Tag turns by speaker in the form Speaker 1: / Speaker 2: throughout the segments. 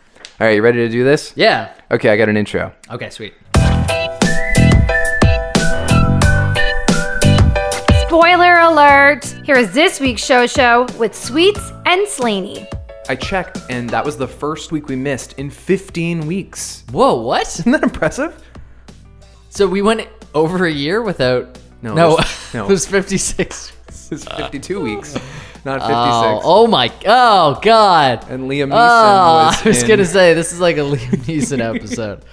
Speaker 1: All right, you ready to do this?
Speaker 2: Yeah.
Speaker 1: Okay, I got an intro.
Speaker 2: Okay, sweet.
Speaker 3: Spoiler alert! Here is this week's show show with Sweets and Slaney.
Speaker 1: I checked, and that was the first week we missed in 15 weeks.
Speaker 2: Whoa, what?
Speaker 1: Isn't that impressive?
Speaker 2: So we went over a year without.
Speaker 1: No,
Speaker 2: no,
Speaker 1: it was- no.
Speaker 2: it was 56.
Speaker 1: This is 52 weeks, not 56.
Speaker 2: Oh, oh my. Oh, God.
Speaker 1: And Liam Neeson
Speaker 2: oh,
Speaker 1: Ah, was
Speaker 2: I was
Speaker 1: in-
Speaker 2: going to say, this is like a Liam Neeson episode.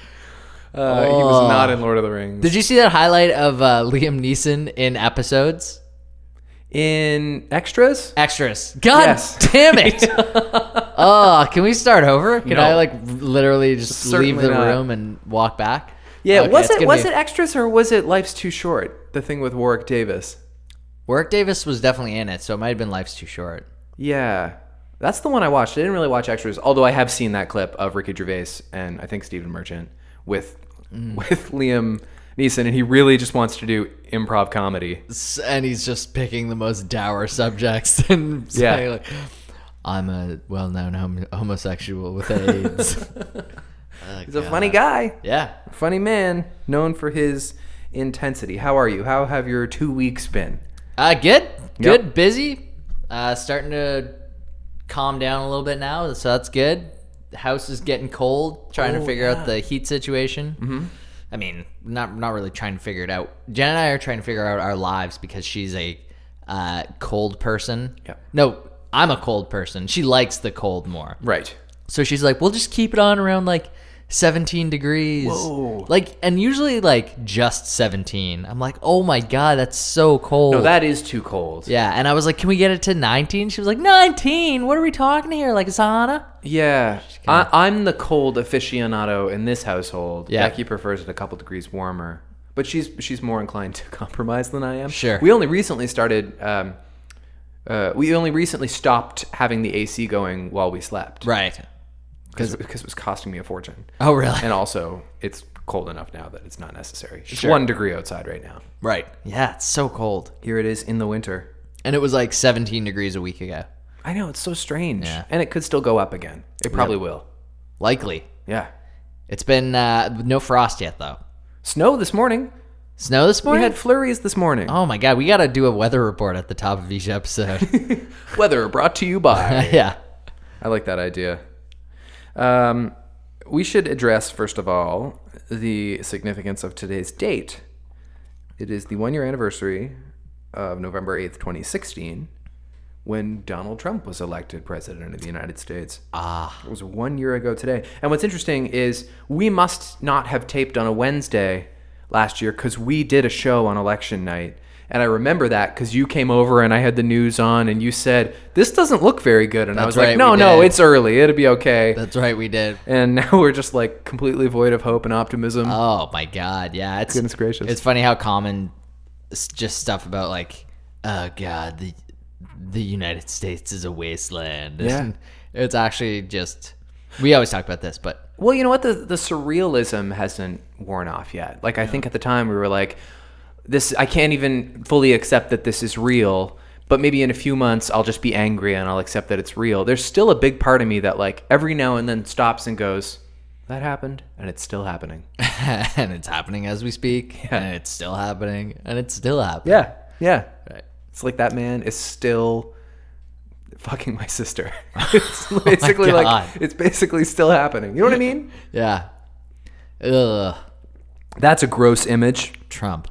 Speaker 1: Uh, He was not in Lord of the Rings.
Speaker 2: Did you see that highlight of uh, Liam Neeson in episodes?
Speaker 1: in extras?
Speaker 2: Extras. God
Speaker 1: Yes.
Speaker 2: damn it. oh, can we start over? Can
Speaker 1: No.
Speaker 2: I like literally just leave
Speaker 1: Certainly
Speaker 2: the
Speaker 1: not.
Speaker 2: room and walk back?
Speaker 1: Yeah,
Speaker 2: Okay,
Speaker 1: was
Speaker 2: it's
Speaker 1: it
Speaker 2: gonna
Speaker 1: was
Speaker 2: be-
Speaker 1: it extras or was it Life's Too Short? The thing with Warwick Davis.
Speaker 2: Work Davis was definitely in it, so it might have been Life's Too Short.
Speaker 1: Yeah. That's the one I watched. I didn't really watch extras, although I have seen that clip of Ricky Gervais and I think Stephen Merchant with
Speaker 2: Mm.
Speaker 1: with Liam Neeson, and he really just wants to do improv comedy.
Speaker 2: S- And he's just picking the most dour subjects and
Speaker 1: Yeah.
Speaker 2: saying, like, I'm a well known hom- homosexual with AIDS.
Speaker 1: He's a funny guy,
Speaker 2: yeah.
Speaker 1: funny man, known for his intensity. How are you? How have your two weeks been?
Speaker 2: Uh, good.
Speaker 1: Yep.
Speaker 2: Good. Busy. Uh, starting to calm down a little bit now, so that's good. The house is getting cold. Trying
Speaker 1: Oh,
Speaker 2: to figure out the heat situation. Mm-hmm. I mean, not not really trying to figure it out. Jen and I are trying to figure out our lives because she's a uh, cold person.
Speaker 1: Yep.
Speaker 2: No, I'm a cold person. She likes the cold more.
Speaker 1: Right.
Speaker 2: So she's like, we'll just keep it on around like 17 degrees.
Speaker 1: Whoa.
Speaker 2: Like, and usually like just 17. I'm like, oh my God, that's so cold.
Speaker 1: No, that is too cold.
Speaker 2: yeah. And I was like, can we get it to 19? She was like, 19? What are we talking here? Like, sauna?
Speaker 1: Yeah, I, I'm the cold aficionado in this household.
Speaker 2: Yeah.
Speaker 1: Becky prefers it a couple degrees warmer, but she's she's more inclined to compromise than I am.
Speaker 2: Sure.
Speaker 1: We only recently started. Um, uh, we only recently stopped having the AC going while we slept,
Speaker 2: Right.
Speaker 1: Because because it was costing me a fortune,
Speaker 2: Oh, really?
Speaker 1: and also it's cold enough now that it's not necessary. It's one degree outside right now.
Speaker 2: Right. Yeah. It's so cold.
Speaker 1: Here it is in the winter.
Speaker 2: And it was like 17 degrees a week ago.
Speaker 1: I know it's so strange,
Speaker 2: Yeah.
Speaker 1: and it could still go up again. It probably will.
Speaker 2: Likely.
Speaker 1: Yeah.
Speaker 2: It's been uh, no frost yet, though.
Speaker 1: Snow this morning.
Speaker 2: Snow this
Speaker 1: We
Speaker 2: morning?
Speaker 1: had flurries this morning.
Speaker 2: oh my God. We got to do a weather report at the top of each episode.
Speaker 1: Weather brought to you by.
Speaker 2: yeah.
Speaker 1: I like that idea. Um, we should address, first of all, the significance of today's date. It is the one year anniversary of November 8th, 2016, when Donald Trump was elected president of the United States. Ah. It was one year ago today. And what's interesting is we must not have taped on a Wednesday last year because we did a show on election night. And I remember that because you came over and I had the news on and you said, This doesn't look very good. And I was
Speaker 2: That's right,
Speaker 1: like,
Speaker 2: we
Speaker 1: No, no,
Speaker 2: did."
Speaker 1: it's early. It'll be okay.
Speaker 2: That's right. We did.
Speaker 1: and now we're just like completely void of hope and optimism.
Speaker 2: Oh my god, yeah. It's,
Speaker 1: Goodness gracious.
Speaker 2: It's funny how common s- just stuff about like, oh god, the the United States is a wasteland.
Speaker 1: Yeah.
Speaker 2: it's actually just we always talk about this, but
Speaker 1: Well, you know what? The the surrealism hasn't worn off yet. Like I think at the time we were like, this I can't even fully accept that this is real. But maybe in a few months I'll just be angry and I'll accept that it's real. There's still a big part of me that like every now and then stops and goes, that happened, and it's still happening.
Speaker 2: and it's happening as we speak, and it's still happening, and it's still happening.
Speaker 1: Yeah, yeah.
Speaker 2: Right.
Speaker 1: It's like that man is still fucking my sister. it's basically
Speaker 2: God.
Speaker 1: like it's basically still happening. You know what I mean?
Speaker 2: Yeah. Ugh,
Speaker 1: That's a gross image.
Speaker 2: Trump,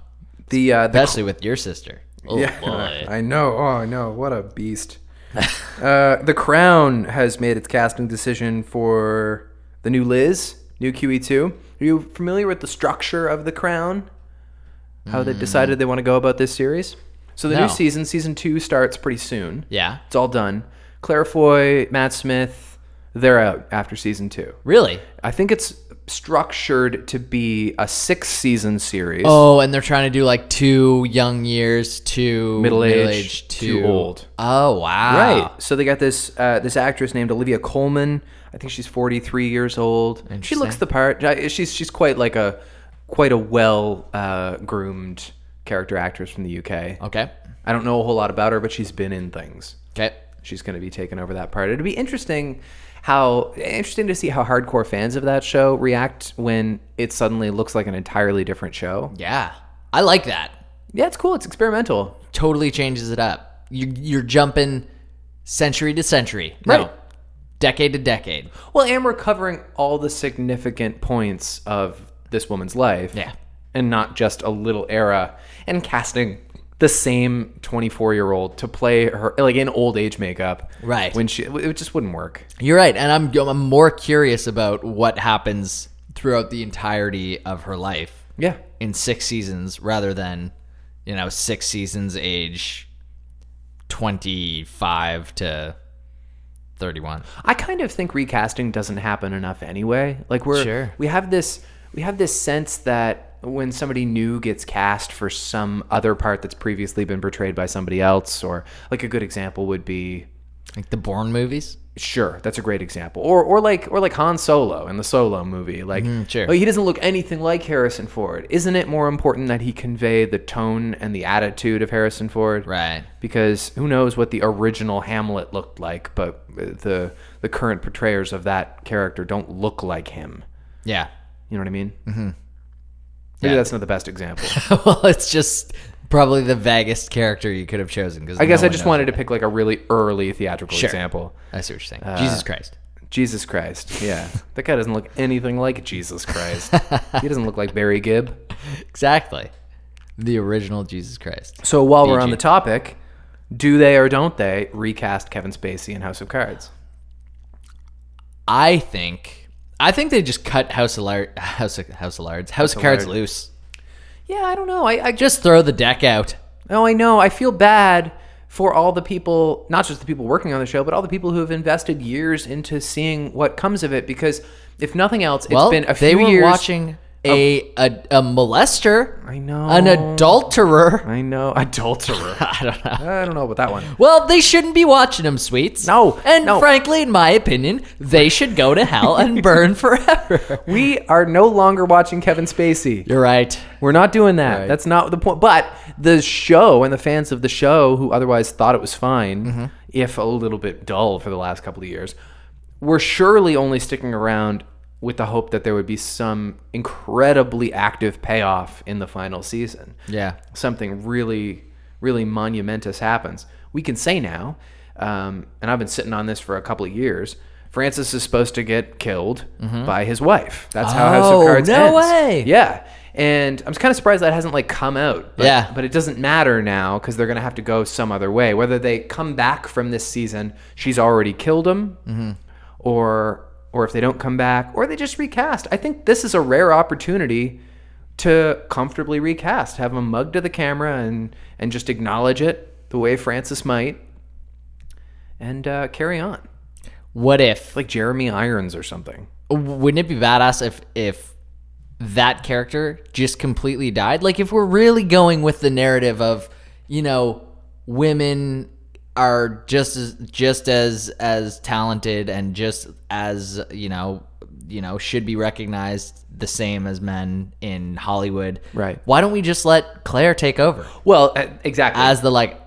Speaker 1: The uh, the
Speaker 2: especially with your sister. Oh
Speaker 1: yeah,
Speaker 2: boy.
Speaker 1: I know. Oh, I know. What a beast. uh, the Crown has made its casting decision for the new Liz, new QE2. Are you familiar with the structure of the Crown? How they decided they want to go about this series? So the
Speaker 2: Hmm. No.
Speaker 1: new season, season two, starts pretty soon.
Speaker 2: Yeah.
Speaker 1: It's all done. Claire Foy, Matt Smith, they're out after season two.
Speaker 2: Really?
Speaker 1: I think it's structured to be a six season series.
Speaker 2: Oh, and they're trying to do like two young years, two
Speaker 1: Middle-aged,
Speaker 2: middle-aged,
Speaker 1: two old.
Speaker 2: Oh wow!
Speaker 1: Right. So they got this uh, this actress named Olivia Coleman. I think she's 43 years old. She looks the part. I- She's she's quite like a quite a well uh, groomed character actress from the UK.
Speaker 2: Okay.
Speaker 1: I don't know a whole lot about her, but she's been in things.
Speaker 2: Okay.
Speaker 1: She's going to be taking over that part. It'd be interesting how interesting to see how hardcore fans of that show react when it suddenly looks like an entirely different show.
Speaker 2: Yeah. I like that.
Speaker 1: Yeah, it's cool. It's experimental.
Speaker 2: Totally changes it up. You you're jumping century to century. No.
Speaker 1: Right.
Speaker 2: Decade to decade.
Speaker 1: Well, and we're covering all the significant points of this woman's life.
Speaker 2: Yeah.
Speaker 1: And not just a little era and casting the same 24 year old to play her, like in old age makeup.
Speaker 2: Right.
Speaker 1: When she, it just wouldn't work.
Speaker 2: You're right, and I'm I'm more curious about what happens throughout the entirety of her life
Speaker 1: Yeah.
Speaker 2: in six seasons rather than, you know, six seasons age 25 to 31.
Speaker 1: I kind of think recasting doesn't happen enough anyway. Like we're
Speaker 2: Sure.
Speaker 1: we have this we have this sense that when somebody new gets cast for some other part that's previously been portrayed by somebody else, or like a good example would be
Speaker 2: Like the Bourne movies?
Speaker 1: sure that's a great example or or like or like Han Solo in the Solo movie like
Speaker 2: Mm-hmm, sure.
Speaker 1: oh, he doesn't look anything like Harrison Ford isn't it more important that he convey the tone and the attitude of Harrison Ford
Speaker 2: Right.
Speaker 1: because who knows what the original Hamlet looked like but uh, the the current portrayers of that character don't look like him
Speaker 2: Yeah.
Speaker 1: you know what I mean mm-hmm. maybe
Speaker 2: Yeah.
Speaker 1: that's not the best example
Speaker 2: well, it's just probably the vaguest character you could have chosen because
Speaker 1: I guess I just wanted to pick like a really early theatrical
Speaker 2: Sure.
Speaker 1: example
Speaker 2: I see what you're saying.
Speaker 1: Uh,
Speaker 2: Jesus Christ.
Speaker 1: Jesus Christ. Yeah. that guy doesn't look anything like Jesus Christ. he doesn't look like Barry Gibb.
Speaker 2: Exactly. The original Jesus Christ.
Speaker 1: So while we're on
Speaker 2: BG.
Speaker 1: the topic, do they or don't they recast Kevin Spacey in House of Cards?
Speaker 2: I think I think they just cut House of Lar- House of, House of Lards House of Cards
Speaker 1: Lard.
Speaker 2: loose.
Speaker 1: Yeah, I don't know. I, I just
Speaker 2: Just throw the deck out.
Speaker 1: Oh, I know. I feel bad for all the people, not just the people working on the show, but all the people who have invested years into seeing what comes of it because if nothing else, it's
Speaker 2: well,
Speaker 1: been a
Speaker 2: they
Speaker 1: few
Speaker 2: were
Speaker 1: years
Speaker 2: watching a, a a molester.
Speaker 1: I know.
Speaker 2: An adulterer.
Speaker 1: I know. Adulterer.
Speaker 2: I don't know.
Speaker 1: I don't know about that one.
Speaker 2: Well, they shouldn't be watching them, sweets.
Speaker 1: No,
Speaker 2: And
Speaker 1: no.
Speaker 2: frankly, in my opinion, they should go to hell and burn forever.
Speaker 1: We are no longer watching Kevin Spacey.
Speaker 2: You're right.
Speaker 1: We're not doing that.
Speaker 2: Right.
Speaker 1: That's not the point. But the show and the fans of the show who otherwise thought it was fine,
Speaker 2: Mm-hmm.
Speaker 1: if a little bit dull for the last couple of years, were surely only sticking around with the hope that there would be some incredibly active payoff in the final season.
Speaker 2: Yeah.
Speaker 1: Something really, really monumentous happens. We can say now, um, and I've been sitting on this for a couple of years. Francis is supposed to get killed by his wife. That's how House of
Speaker 2: Mm-hmm. Oh,
Speaker 1: Cards
Speaker 2: no
Speaker 1: ends.
Speaker 2: way.
Speaker 1: Yeah. And I'm kind of surprised that hasn't like come out. But,
Speaker 2: Yeah.
Speaker 1: But it doesn't matter now because they're going to have to go some other way. Whether they come back from this season, she's already killed him,
Speaker 2: Mm-hmm.
Speaker 1: or or if they don't come back, or they just recast. I think this is a rare opportunity to comfortably recast, have him mug to the camera and and just acknowledge it the way Francis might, and uh, carry on
Speaker 2: What if?
Speaker 1: like Jeremy Irons or something.
Speaker 2: wouldn't it be badass if if that character just completely died? Like if we're really going with the narrative of, you know, women are just as just as as talented and just as, you know, you know, should be recognized the same as men in Hollywood.
Speaker 1: Right.
Speaker 2: Why don't we just let Claire take over
Speaker 1: Well, uh, exactly.
Speaker 2: as the like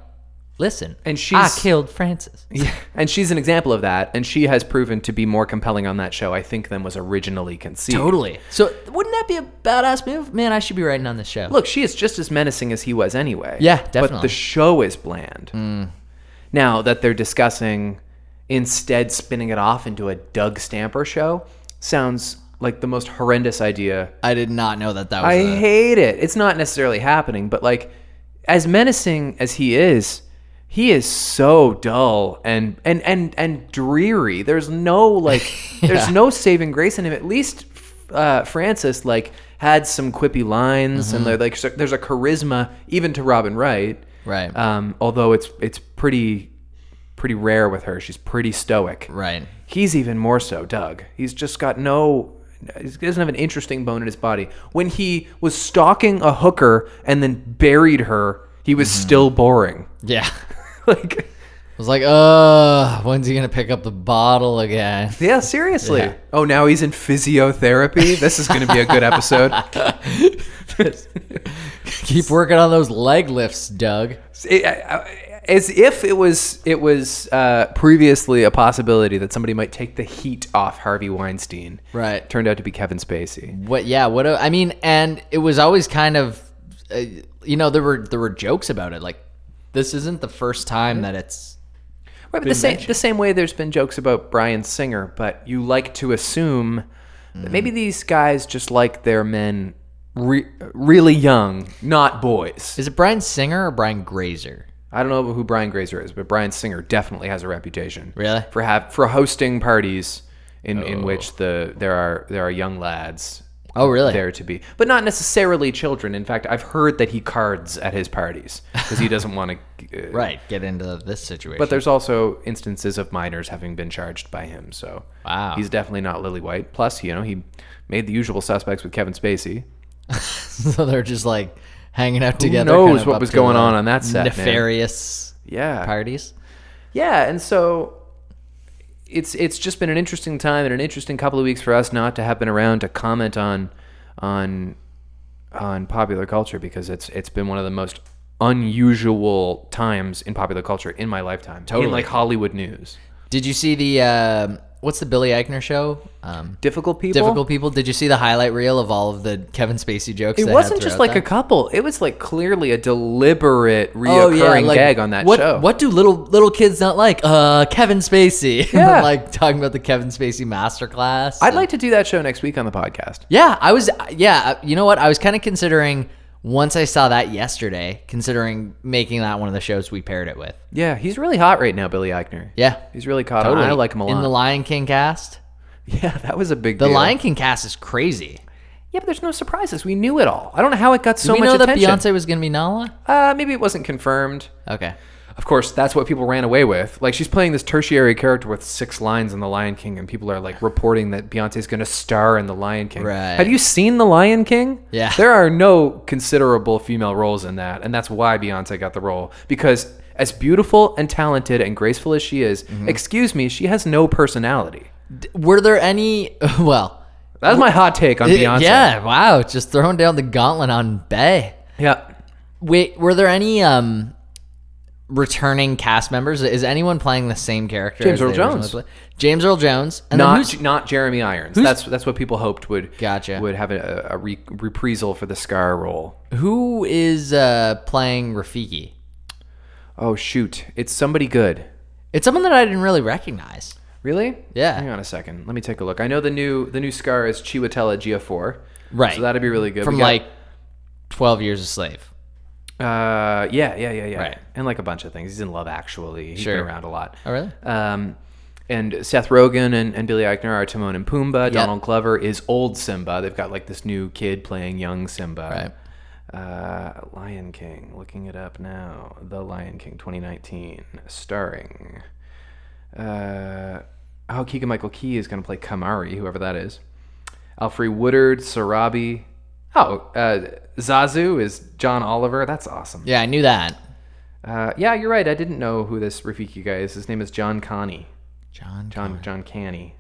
Speaker 2: listen,
Speaker 1: And
Speaker 2: I
Speaker 1: she's-
Speaker 2: killed Francis.
Speaker 1: Yeah, and she's an example of that, and she has proven to be more compelling on that show, I think, than was originally conceived.
Speaker 2: Totally. So wouldn't that be a badass move? Man, I should be writing on this show.
Speaker 1: Look, she is just as menacing as he was anyway.
Speaker 2: Yeah,
Speaker 1: But
Speaker 2: definitely. Hmm.
Speaker 1: the show is bland. Now that they're discussing instead spinning it off into a Doug Stamper show sounds like the most horrendous idea.
Speaker 2: I did not know that that was.
Speaker 1: I
Speaker 2: a-
Speaker 1: hate it. It's not necessarily happening, but like as menacing as he is, he is so dull and and and and dreary. There's no like there's no saving grace in him. At least uh, Francis like had some quippy lines
Speaker 2: Mm-hmm.
Speaker 1: and there like so- there's a charisma even to Robin Wright.
Speaker 2: Right.
Speaker 1: Um, although it's it's pretty pretty rare with her. She's pretty stoic.
Speaker 2: right.
Speaker 1: He's even more so, Doug. He's just got no. He doesn't have an interesting bone in his body. When he was stalking a hooker and then buried her, he was still boring.
Speaker 2: Yeah.
Speaker 1: like,
Speaker 2: I was like, uh, when's he gonna pick up the bottle again?
Speaker 1: yeah, seriously.
Speaker 2: Yeah.
Speaker 1: Oh, now he's in physiotherapy. This is going to be a good episode.
Speaker 2: Keep working on those leg lifts, Doug.
Speaker 1: It, I- I- as if it was it was uh, previously a possibility that somebody might take the heat off Harvey Weinstein.
Speaker 2: Right.
Speaker 1: Turned out to be Kevin Spacey.
Speaker 2: What? Yeah. What? A, I mean, and it was always kind of, uh, you know, there were there were jokes about it. Like, this isn't the first time that it's
Speaker 1: Right, but the same
Speaker 2: mentioned.
Speaker 1: the same way there's been jokes about Brian Singer, but you like to assume
Speaker 2: Mm.
Speaker 1: that maybe these guys just like their men re- really young, not boys.
Speaker 2: Is it Brian Singer or Brian Grazer?
Speaker 1: I don't know who Brian Grazer is, but Brian Singer definitely has a reputation.
Speaker 2: Really?
Speaker 1: for have for hosting parties in, in which the there are there are young lads
Speaker 2: Oh, really?
Speaker 1: there to be, but not necessarily children. In fact, I've heard that he cards at his parties because he doesn't want to. Uh,
Speaker 2: Right. Get into this situation.
Speaker 1: But there's also instances of minors having been charged by him, so
Speaker 2: Wow.
Speaker 1: he's definitely not Lily White. Plus, you know, he made the usual suspects with Kevin Spacey.
Speaker 2: so they're just like hanging out together.
Speaker 1: knows
Speaker 2: kind of
Speaker 1: what
Speaker 2: up
Speaker 1: was
Speaker 2: to
Speaker 1: going
Speaker 2: the
Speaker 1: on on that set, man.
Speaker 2: Nefarious
Speaker 1: Yeah,
Speaker 2: parties.
Speaker 1: Yeah, and so it's it's just been an interesting time and an interesting couple of weeks for us not to have been around to comment on on on popular culture because it's it's been one of the most unusual times in popular culture in my lifetime.
Speaker 2: Totally.
Speaker 1: In like Hollywood news.
Speaker 2: Did you see the um, what's the Billy Eichner show? Um,
Speaker 1: Difficult people.
Speaker 2: Difficult people. Did you see the highlight reel of all of the Kevin Spacey jokes?
Speaker 1: It
Speaker 2: they had
Speaker 1: wasn't just
Speaker 2: throughout
Speaker 1: like
Speaker 2: that?
Speaker 1: a couple. It was like clearly a deliberate reoccurring
Speaker 2: Oh, like,
Speaker 1: gag on that
Speaker 2: what,
Speaker 1: show.
Speaker 2: What do little little kids not like? Uh, Kevin Spacey.
Speaker 1: Yeah.
Speaker 2: like talking about the Kevin Spacey masterclass.
Speaker 1: I'd like to do that show next week on the podcast.
Speaker 2: Yeah, I was. Yeah, uh, you know what? I was kind of considering once I saw that yesterday, considering making that one of the shows we paired it with.
Speaker 1: Yeah, he's really hot right now, Billy Eichner.
Speaker 2: Yeah,
Speaker 1: He's really caught on. I like him a lot.
Speaker 2: In the Lion King cast,
Speaker 1: yeah, that was a big
Speaker 2: the
Speaker 1: deal.
Speaker 2: Lion King cast is crazy.
Speaker 1: Yeah, but there's no surprises. We knew it all. I don't know how it got so
Speaker 2: Do we
Speaker 1: much
Speaker 2: know that
Speaker 1: attention.
Speaker 2: Beyonce was gonna be Nala?
Speaker 1: Uh, maybe it wasn't confirmed.
Speaker 2: Okay.
Speaker 1: Of course, that's what people ran away with. Like she's playing this tertiary character with six lines in The Lion King, and people are like reporting that Beyonce's going to star in The Lion King.
Speaker 2: Right.
Speaker 1: Have you seen The Lion King?
Speaker 2: Yeah.
Speaker 1: There are no considerable female roles in that, and that's why Beyonce got the role because as beautiful and talented and graceful as she is,
Speaker 2: Mm-hmm.
Speaker 1: excuse me, she has no personality.
Speaker 2: D- were there any? Well,
Speaker 1: That's my hot take on
Speaker 2: it-
Speaker 1: Beyonce.
Speaker 2: yeah. Wow, just throwing down the gauntlet on Bay.
Speaker 1: Yeah.
Speaker 2: Wait, were there any um returning cast members? Is anyone playing the same character?
Speaker 1: James
Speaker 2: as they
Speaker 1: Earl
Speaker 2: originally
Speaker 1: Jones.
Speaker 2: played? James Earl Jones. And then who's-
Speaker 1: not not Jeremy Irons. That's that's what people hoped would
Speaker 2: Gotcha.
Speaker 1: would have a, a re- reprisal for the Scar role.
Speaker 2: Who is uh, playing Rafiki?
Speaker 1: Oh shoot, it's somebody good.
Speaker 2: It's someone that I didn't really recognize.
Speaker 1: Really?
Speaker 2: Yeah.
Speaker 1: Hang on a second. Let me take a look. I know the new the new Scar is Chiwetel Ejiofor.
Speaker 2: Right.
Speaker 1: So that'd be really good.
Speaker 2: From
Speaker 1: We got-
Speaker 2: like 12 Years a Slave.
Speaker 1: uh, yeah, yeah, yeah, yeah.
Speaker 2: Right.
Speaker 1: And like a bunch of things. He's in Love Actually. He's
Speaker 2: Sure.
Speaker 1: been around a lot.
Speaker 2: Oh, really?
Speaker 1: Um, and Seth Rogen and, and Billy Eichner are Timon and Pumbaa. Donald Glover is old Simba. They've got like this new kid playing young Simba. Right. Uh, Lion King. Looking it up now. The Lion King 2019, starring. Uh, oh, Keegan Michael Key is going to play Kamari, whoever that is. Alfred Woodard, Sarabi. Oh, uh, Zazu is John Oliver. That's awesome.
Speaker 2: Yeah, I knew that.
Speaker 1: Uh, yeah, you're right. I didn't know who this Rafiki guy is. His name is John Connie.
Speaker 2: John.
Speaker 1: John John Canny.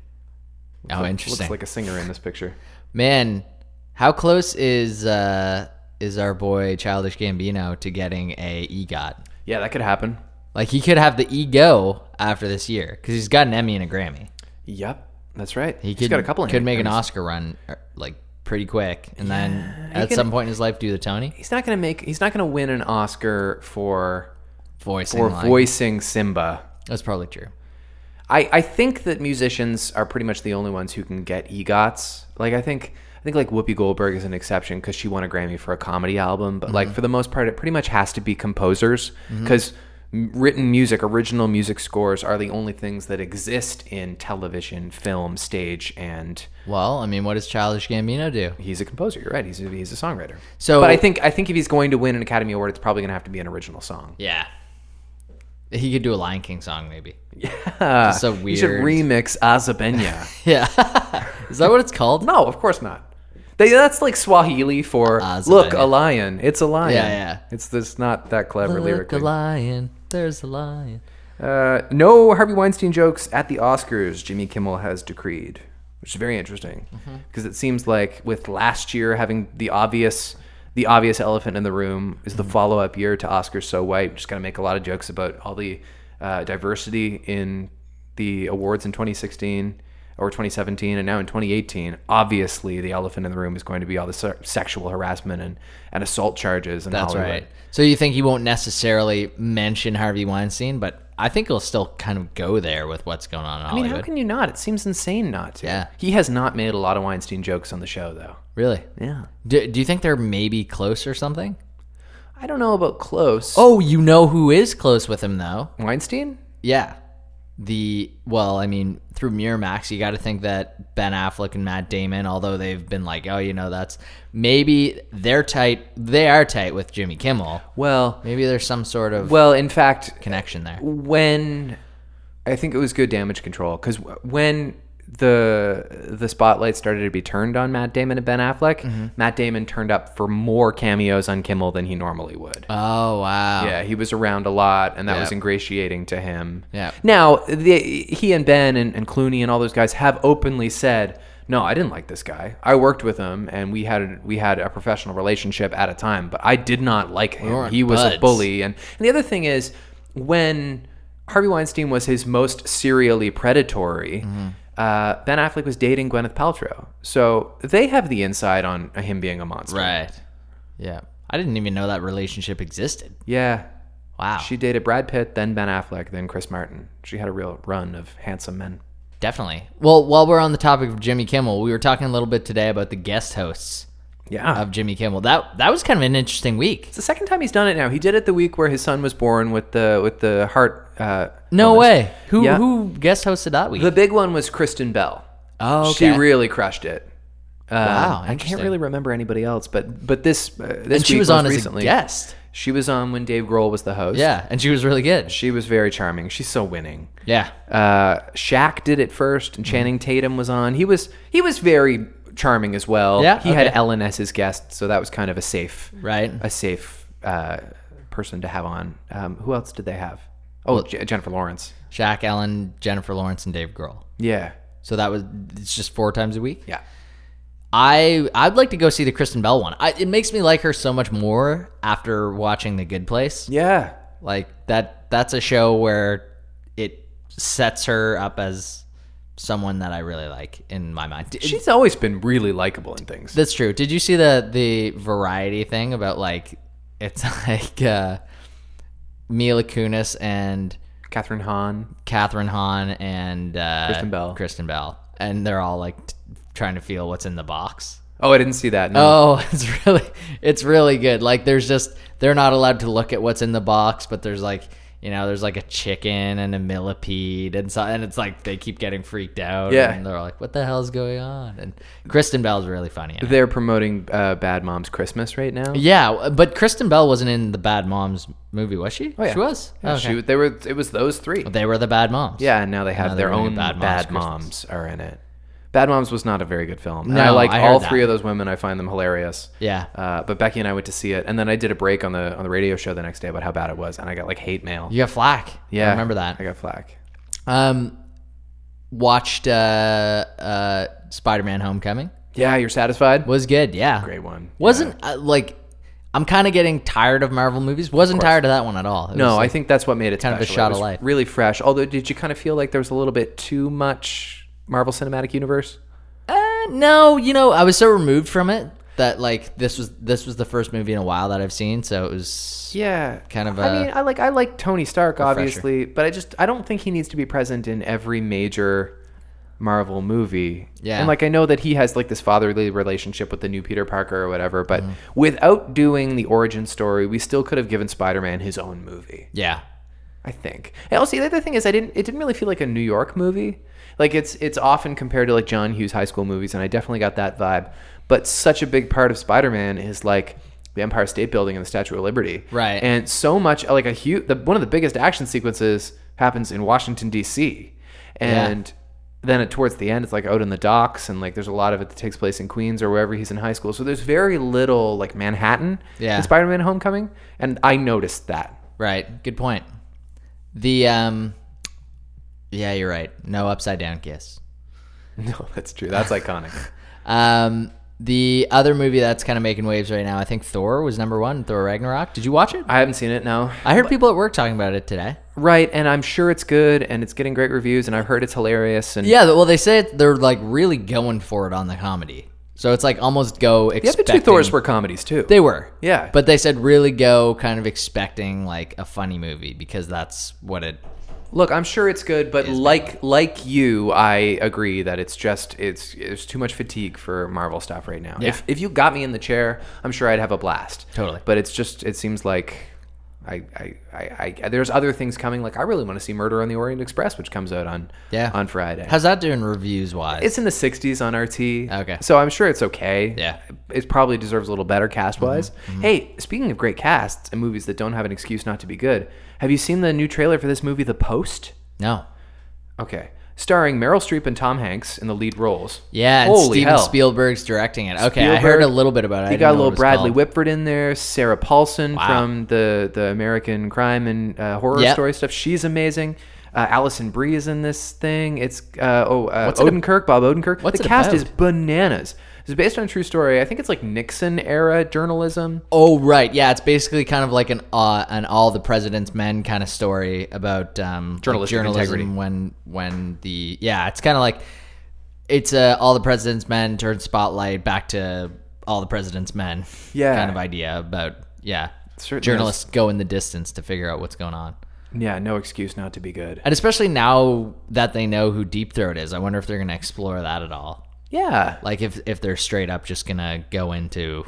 Speaker 2: Oh,
Speaker 1: Looks
Speaker 2: interesting.
Speaker 1: like a singer in this picture.
Speaker 2: Man, how close is uh, is our boy Childish Gambino to getting a EGOT?
Speaker 1: Yeah, that could happen.
Speaker 2: Like he could have the ego after this year because he's got an Emmy and a Grammy.
Speaker 1: Yep, that's right.
Speaker 2: He could,
Speaker 1: He's got a couple.
Speaker 2: Could
Speaker 1: Emmys.
Speaker 2: make an Oscar run er, like pretty quick, and then at
Speaker 1: could-
Speaker 2: some point in his life do the Tony
Speaker 1: He's not gonna make. He's not gonna win an Oscar for
Speaker 2: voice.
Speaker 1: for voicing Simba.
Speaker 2: That's probably true.
Speaker 1: I, I think that musicians are pretty much the only ones who can get EGOTs. Like I think I think like Whoopi Goldberg is an exception because she won a Grammy for a comedy album, but
Speaker 2: Mm-hmm.
Speaker 1: like for the most part, it pretty much has to be composers because written music, original music scores are the only things that exist in television, film, stage, and
Speaker 2: Well, I mean, what does Childish Gambino do?
Speaker 1: he's a composer. You're right. He's a, he's a songwriter.
Speaker 2: So-
Speaker 1: but I think I think if he's going to win an Academy Award, it's probably going to have to be an original song.
Speaker 2: Yeah, he could do a Lion King song, maybe.
Speaker 1: Uh,
Speaker 2: so
Speaker 1: He should
Speaker 2: weird.
Speaker 1: remix Azabenya.
Speaker 2: Yeah, is that what it's called?
Speaker 1: No, of course not. They, that's like Swahili for
Speaker 2: Ah, it's a
Speaker 1: look,
Speaker 2: lion."
Speaker 1: a lion. It's a lion.
Speaker 2: Yeah, yeah.
Speaker 1: It's this not that clever
Speaker 2: Look, a
Speaker 1: lyrically.
Speaker 2: lion. There's a lion.
Speaker 1: Uh, no Harvey Weinstein jokes at the Oscars, Jimmy Kimmel has
Speaker 2: Mm-hmm.
Speaker 1: decreed, which is very interesting because it seems like with last year having the obvious the obvious elephant in the room is the
Speaker 2: Mm-hmm.
Speaker 1: follow up year to Oscars So White. Just going to make a lot of jokes about all the uh, diversity in the awards in 2016 or 2017 and now in 2018. Obviously, the elephant in the room is going to be all the se- sexual harassment and, and assault charges. In
Speaker 2: That's
Speaker 1: Hollywood.
Speaker 2: right. So you think he won't necessarily mention Harvey Weinstein, but I think he'll still kind of go there with what's going on in
Speaker 1: I
Speaker 2: Hollywood.
Speaker 1: mean, how can you not? It seems insane not to.
Speaker 2: Yeah.
Speaker 1: He has not made a lot of Weinstein jokes on the show, though.
Speaker 2: really?
Speaker 1: Yeah.
Speaker 2: Do, do you think they're maybe close or something?
Speaker 1: I don't know about close.
Speaker 2: Oh, you know who is close with him though?
Speaker 1: Weinstein?
Speaker 2: Yeah. The well, I mean, through Miramax, you got to think that Ben Affleck and Matt Damon, although they've been like, oh, you know, that's maybe they're tight. They are tight with Jimmy Kimmel.
Speaker 1: Well,
Speaker 2: Maybe there's some sort of
Speaker 1: well, in fact,
Speaker 2: connection there.
Speaker 1: when I think it was good damage control because when the the spotlight started to be turned on Matt Damon and Ben Affleck, Matt Damon turned up for more cameos on Kimmel than he normally would.
Speaker 2: Oh wow.
Speaker 1: Yeah, he was around a lot, and that was
Speaker 2: Yep.
Speaker 1: ingratiating to him.
Speaker 2: Yep.
Speaker 1: Now, the, he and Ben and, and Clooney and all those guys have openly said, "No, I didn't like this guy. I worked with him, and we had a, we had a professional relationship at a time, but I did not like him.
Speaker 2: weren't
Speaker 1: he was a
Speaker 2: buds."
Speaker 1: bully." And, and the other thing is, when Harvey Weinstein was his most serially predatory.
Speaker 2: Mm-hmm.
Speaker 1: Uh, ben Affleck was dating Gwyneth Paltrow, so they have the inside on him being a monster.
Speaker 2: Right. Yeah. I didn't even know that relationship existed.
Speaker 1: Yeah,
Speaker 2: Wow.
Speaker 1: She dated Brad Pitt, then Ben Affleck, then Chris Martin. She had a real run of handsome men.
Speaker 2: Definitely. Well, while we're on the topic of Jimmy Kimmel, we were talking a little bit today about the guest hosts
Speaker 1: Yeah.
Speaker 2: of Jimmy Kimmel. That that was kind of an interesting week.
Speaker 1: Uh, it's the second time he's done it now. He did it the week where his son was born with the with the heart. Uh,
Speaker 2: No
Speaker 1: illness.
Speaker 2: way. Who
Speaker 1: Yeah.
Speaker 2: who guest hosted that week?
Speaker 1: The big one was Kristen Bell.
Speaker 2: oh,
Speaker 1: She really crushed it. Um,
Speaker 2: Wow,
Speaker 1: I can't
Speaker 2: interesting.
Speaker 1: really remember anybody else, but but this uh, this
Speaker 2: and she
Speaker 1: week,
Speaker 2: was
Speaker 1: most
Speaker 2: on as
Speaker 1: recently.
Speaker 2: a guest.
Speaker 1: She was on when Dave Grohl was the host.
Speaker 2: Yeah, and she was really good.
Speaker 1: She was very charming. She's so winning.
Speaker 2: Yeah.
Speaker 1: uh, Shaq did it first,
Speaker 2: Mm-hmm.
Speaker 1: and Channing Tatum was on. He was he was very charming as well.
Speaker 2: Yeah,
Speaker 1: he had
Speaker 2: okay.
Speaker 1: Ellen as his guest, so that was kind of a safe
Speaker 2: Right.
Speaker 1: a safe uh, person to have on. Um, who else did they have? Oh, J- Jennifer Lawrence.
Speaker 2: Shaq Allen, Jennifer Lawrence, and Dave Grohl.
Speaker 1: Yeah,
Speaker 2: So that was it's just four times a week.
Speaker 1: yeah.
Speaker 2: I I'd like to go see the Kristen Bell one. I, it makes me like her so much more after watching The Good Place.
Speaker 1: Yeah.
Speaker 2: Like that that's a show where it sets her up as someone that I really like in my mind. Did-
Speaker 1: She's always been really likable in things.
Speaker 2: that's true. Did you see the the variety thing about like it's like uh Mila Kunis and
Speaker 1: Catherine Hahn.
Speaker 2: Catherine Hahn and uh
Speaker 1: Kristen Bell.
Speaker 2: Kristen Bell. And they're all like t- trying to feel what's in the box.
Speaker 1: Oh, I didn't see that. No.
Speaker 2: Oh, it's really it's really good. Like there's just they're not allowed to look at what's in the box, but there's like you know there's like a chicken and a millipede and so and it's like they keep getting freaked out.
Speaker 1: Yeah.
Speaker 2: and they're like, what the hell's going on? And Kristen Bell's really funny. in it.
Speaker 1: They're promoting uh, Bad Moms Christmas right now.
Speaker 2: Yeah, but Kristen Bell wasn't in the Bad Moms movie, was she?
Speaker 1: Oh, yeah.
Speaker 2: She was.
Speaker 1: Yeah,
Speaker 2: okay.
Speaker 1: she, they were. It was those three.
Speaker 2: they were the Bad Moms.
Speaker 1: Yeah, and now they have
Speaker 2: Now
Speaker 1: their
Speaker 2: they're doing
Speaker 1: own
Speaker 2: Bad
Speaker 1: Bad,
Speaker 2: Moms
Speaker 1: Moms
Speaker 2: Christmas.
Speaker 1: are in it. Bad Moms was not a very good film. and
Speaker 2: No,
Speaker 1: I like
Speaker 2: I heard
Speaker 1: all three
Speaker 2: that.
Speaker 1: of those women. I find them hilarious.
Speaker 2: Yeah.
Speaker 1: Uh, but Becky and I went to see it, and then I did a break on the on the radio show the next day about how bad it was, and I got like hate mail.
Speaker 2: You got flack.
Speaker 1: yeah,
Speaker 2: I remember that.
Speaker 1: I got flack.
Speaker 2: Um, watched uh, uh, Spider Man Homecoming.
Speaker 1: Yeah, you're satisfied?
Speaker 2: Was good. Yeah.
Speaker 1: Great one.
Speaker 2: Wasn't uh, like I'm kind of getting tired of Marvel movies. Wasn't tired of that one at all. It
Speaker 1: No,
Speaker 2: was,
Speaker 1: I think that's what made it
Speaker 2: kind of a
Speaker 1: special. It
Speaker 2: shot of
Speaker 1: was
Speaker 2: life.
Speaker 1: Really fresh. Although, did you kind of feel like there was a little bit too much Marvel Cinematic Universe?
Speaker 2: uh, no. You know, I was so removed from it that like this was this was the first movie in a while that I've seen. So it was
Speaker 1: Yeah,
Speaker 2: Kind of
Speaker 1: I
Speaker 2: a-
Speaker 1: mean, I like I like Tony Stark obviously, but I just I don't think he needs to be present in every major Marvel movie.
Speaker 2: Yeah.
Speaker 1: and like I know that he has like this fatherly relationship with the new Peter Parker or whatever, but
Speaker 2: Mm-hmm.
Speaker 1: without doing the origin story, we still could have given Spider-Man his own movie.
Speaker 2: yeah.
Speaker 1: I think. And also the other thing is I didn't it didn't really feel like a New York movie. Like it's it's often compared to like John Hughes high school movies and I definitely got that vibe. But such a big part of Spider-Man is like the Empire State Building and the Statue of Liberty.
Speaker 2: Right.
Speaker 1: And so much like a huge the, one of the biggest action sequences happens in Washington D.C. And Then it, towards the end, it's like out in the docks, and like there's a lot of it that takes place in Queens or wherever he's in high school. So there's very little like Manhattan
Speaker 2: Yeah.
Speaker 1: in Spider-Man: Homecoming, and I noticed that.
Speaker 2: Right. Good point. The um Yeah, you're right. No upside down kiss.
Speaker 1: No, that's true. That's iconic.
Speaker 2: Um The other movie that's kind of making waves right now, I think Thor was number one. Thor Ragnarok. Did you watch it?
Speaker 1: I haven't seen it now.
Speaker 2: I heard people at work talking about it today.
Speaker 1: Right, and I'm sure it's good, and it's getting great reviews, and I've heard it's hilarious. And
Speaker 2: Yeah, well, they say it- they're like really going for it on the comedy. So it's like almost go
Speaker 1: the other
Speaker 2: expecting.
Speaker 1: two Thors were comedies too.
Speaker 2: They were.
Speaker 1: Yeah.
Speaker 2: But they said really go kind of expecting like a funny movie because that's what it.
Speaker 1: Look, I'm sure it's good, but like like you, I agree that it's just it's there's too much fatigue for Marvel stuff right now.
Speaker 2: Yeah.
Speaker 1: If if you got me in the chair, I'm sure I'd have a blast.
Speaker 2: Totally.
Speaker 1: But it's just it seems like I I, I, I there's other things coming. Like I really want to see Murder on the Orient Express, which comes out on
Speaker 2: Yeah.
Speaker 1: on Friday.
Speaker 2: How's that doing reviews wise?
Speaker 1: it's in the 60s on RT.
Speaker 2: Okay.
Speaker 1: So I'm sure it's okay.
Speaker 2: Yeah. Mm-hmm.
Speaker 1: It probably deserves a little better cast wise. Hey, speaking of great casts and movies that don't have an excuse not to be good, have you seen the new trailer for this movie, The Post?
Speaker 2: no.
Speaker 1: Okay. Starring Meryl Streep and Tom Hanks in the lead roles.
Speaker 2: Yeah, and
Speaker 1: Holy
Speaker 2: Steven
Speaker 1: hell.
Speaker 2: Spielberg's directing it. Okay, I heard a
Speaker 1: Spielberg-
Speaker 2: little bit about it. I
Speaker 1: You
Speaker 2: didn't
Speaker 1: got a
Speaker 2: know what
Speaker 1: little
Speaker 2: it was
Speaker 1: Bradley
Speaker 2: called.
Speaker 1: Whitford in there, Sarah Paulson
Speaker 2: Wow.
Speaker 1: from the, the American crime and uh, horror
Speaker 2: Yep.
Speaker 1: story stuff. She's amazing. Uh, Allison Brie is in this thing. It's uh, oh uh,
Speaker 2: it ab-
Speaker 1: Odenkirk, Bob Odenkirk.
Speaker 2: What's
Speaker 1: the
Speaker 2: it
Speaker 1: cast
Speaker 2: about?
Speaker 1: is bananas. It's based on a true story. I think it's like Nixon era journalism.
Speaker 2: Oh right, yeah. It's basically kind of like an uh, an all the president's men kind of story about um, like
Speaker 1: Journalistic integrity.
Speaker 2: When when the yeah, it's kind of like it's uh, all the president's men turned spotlight back to all the president's men.
Speaker 1: Yeah.
Speaker 2: kind of idea about yeah.
Speaker 1: Certainly
Speaker 2: Journalists go in the distance to figure out what's going on,
Speaker 1: Yeah, no excuse not to be good.
Speaker 2: and especially now that they know who Deep Throat is, I wonder if they're going to explore that at all.
Speaker 1: Yeah,
Speaker 2: Like if if they're straight up just gonna go into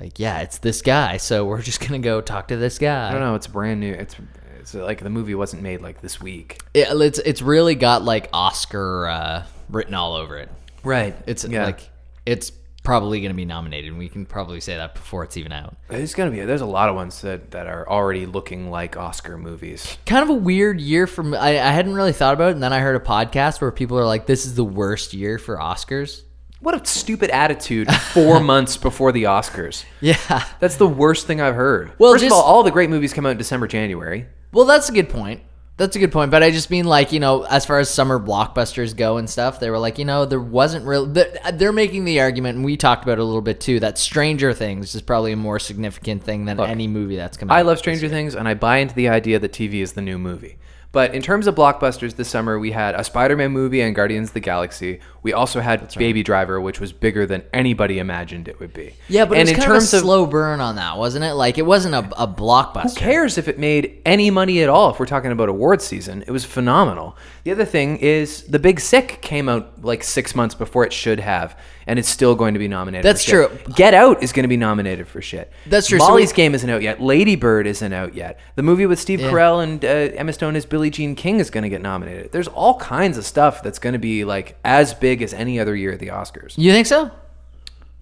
Speaker 2: like, yeah, it's this guy, so we're just gonna go talk to this guy.
Speaker 1: I don't know. It's brand new. It's it's like the movie wasn't made like this week.
Speaker 2: It- it's it's really got like Oscar uh, written all over it.
Speaker 1: Right.
Speaker 2: It's
Speaker 1: Yeah.
Speaker 2: like it's probably gonna be nominated. and We can probably say that before it's even out.
Speaker 1: There's gonna be there's a lot of ones that that are already looking like Oscar movies.
Speaker 2: Kind of a weird year for me. I, I hadn't really thought about it, and then I heard a podcast where people are like, "This is the worst year for Oscars."
Speaker 1: What a stupid attitude! Four months before the Oscars.
Speaker 2: Yeah.
Speaker 1: That's the worst thing I've heard.
Speaker 2: Well,
Speaker 1: first
Speaker 2: just-
Speaker 1: of all, all the great movies come out in December, January.
Speaker 2: Well, that's a good point. That's a good point. But I just mean like you know, as far as summer blockbusters go and stuff, they were like you know there wasn't real. They're, they're making the argument, and we talked about it a little bit too, that Stranger Things is probably a more significant thing than any movie that's coming.
Speaker 1: I
Speaker 2: out.
Speaker 1: love Stranger Things, and I buy into the idea that TV is the new movie. But in terms of blockbusters this summer, we had a Spider-Man movie and Guardians of the Galaxy. We also had Baby Driver, which was bigger than anybody imagined it would be.
Speaker 2: Yeah, but
Speaker 1: and
Speaker 2: it was
Speaker 1: in
Speaker 2: kind
Speaker 1: terms
Speaker 2: of
Speaker 1: of
Speaker 2: a slow burn on that, wasn't it? Like it wasn't a, a blockbuster.
Speaker 1: Who cares if it made any money at all? If we're talking about awards season, it was phenomenal. The other thing is, The Big Sick came out like six months before it should have, and it's still going to be nominated.
Speaker 2: That's
Speaker 1: for shit.
Speaker 2: true.
Speaker 1: Get Out is going to be nominated for shit.
Speaker 2: That's true. So
Speaker 1: Molly's
Speaker 2: we-
Speaker 1: Game isn't out yet. Lady Bird isn't out yet. The movie with Steve Carell and uh, Emma Stone as Billie Jean King is going to get nominated. There's all kinds of stuff that's going to be like as big as any other year at the Oscars.
Speaker 2: You think so?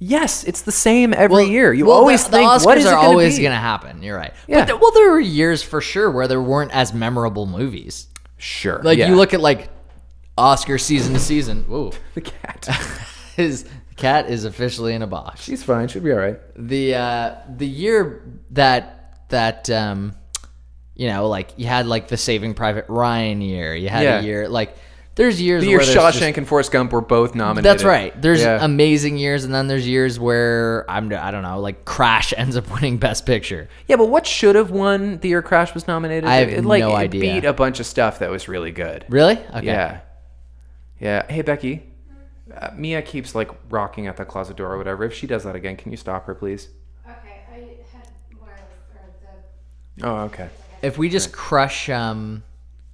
Speaker 1: Yes, it's the same every
Speaker 2: Well,
Speaker 1: year. You
Speaker 2: well,
Speaker 1: always
Speaker 2: the,
Speaker 1: think
Speaker 2: the Oscars
Speaker 1: what is it
Speaker 2: are
Speaker 1: gonna
Speaker 2: always
Speaker 1: be?
Speaker 2: going to happen. You're right.
Speaker 1: Yeah.
Speaker 2: But there, well, there were years for sure where there weren't as memorable movies.
Speaker 1: Sure.
Speaker 2: Like
Speaker 1: yeah.
Speaker 2: you look at like Oscar season to season. Whoa.
Speaker 1: the cat.
Speaker 2: His cat is officially in a box.
Speaker 1: She's fine. She'll be all right.
Speaker 2: The uh, the year that that um, you know, like you had like the Saving Private Ryan year. You had
Speaker 1: Yeah.
Speaker 2: a year like there's years
Speaker 1: The year
Speaker 2: where there's
Speaker 1: Shawshank
Speaker 2: just-
Speaker 1: and Forrest Gump were both nominated.
Speaker 2: that's right. There's
Speaker 1: Yeah.
Speaker 2: amazing years, and then there's years where I'm I don't know, like Crash ends up winning Best Picture.
Speaker 1: yeah, but what should have won the year Crash was nominated?
Speaker 2: I have
Speaker 1: it, like,
Speaker 2: no
Speaker 1: it
Speaker 2: idea.
Speaker 1: Beat a bunch of stuff that was really good.
Speaker 2: Really? Okay.
Speaker 1: Yeah, yeah. Hey Becky, uh, Mia keeps like rocking at the closet door or whatever. If she does that again, can you stop her, please?
Speaker 3: Okay, I had wireless or the.
Speaker 1: Oh, okay.
Speaker 2: If we just crush um,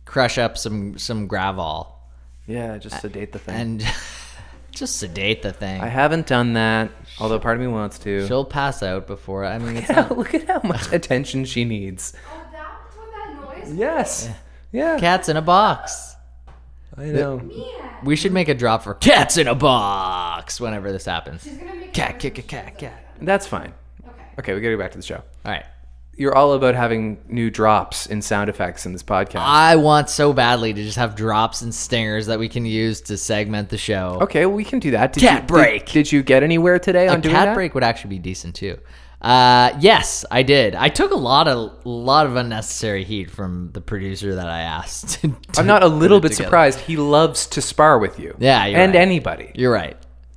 Speaker 2: crush up some some gravel
Speaker 1: Yeah, just sedate the thing.
Speaker 2: and just sedate the thing.
Speaker 1: I haven't done that, although part of me wants to.
Speaker 2: She'll pass out before. I mean, it's
Speaker 1: Yeah,
Speaker 2: not,
Speaker 1: look at how much attention she needs.
Speaker 3: Oh, that's what that noise.
Speaker 1: Yes. Yeah.
Speaker 2: cats in a box.
Speaker 1: I know.
Speaker 3: Yeah.
Speaker 2: We should make a drop for cats in a box whenever this happens.
Speaker 3: She's gonna make
Speaker 2: Cat, kick, a cat, cat.
Speaker 1: That's fine.
Speaker 3: Okay.
Speaker 1: Okay, we gotta go back to the show.
Speaker 2: All right.
Speaker 1: You're all about having new drops in sound effects in this podcast.
Speaker 2: I want so badly to just have drops and stingers that we can use to segment the show.
Speaker 1: Okay, well, we can do that. Did
Speaker 2: Cat
Speaker 1: you, did-
Speaker 2: break.
Speaker 1: Did, you get anywhere today on
Speaker 2: a
Speaker 1: doing
Speaker 2: cat
Speaker 1: that?
Speaker 2: break would actually be decent too. Uh, yes, I did. I took a lot of lot of unnecessary heat from the producer that I asked. to-
Speaker 1: I'm not a little
Speaker 2: put it
Speaker 1: bit
Speaker 2: together.
Speaker 1: surprised. He loves to spar with you.
Speaker 2: Yeah, you're
Speaker 1: and
Speaker 2: right.
Speaker 1: anybody.
Speaker 2: You're right.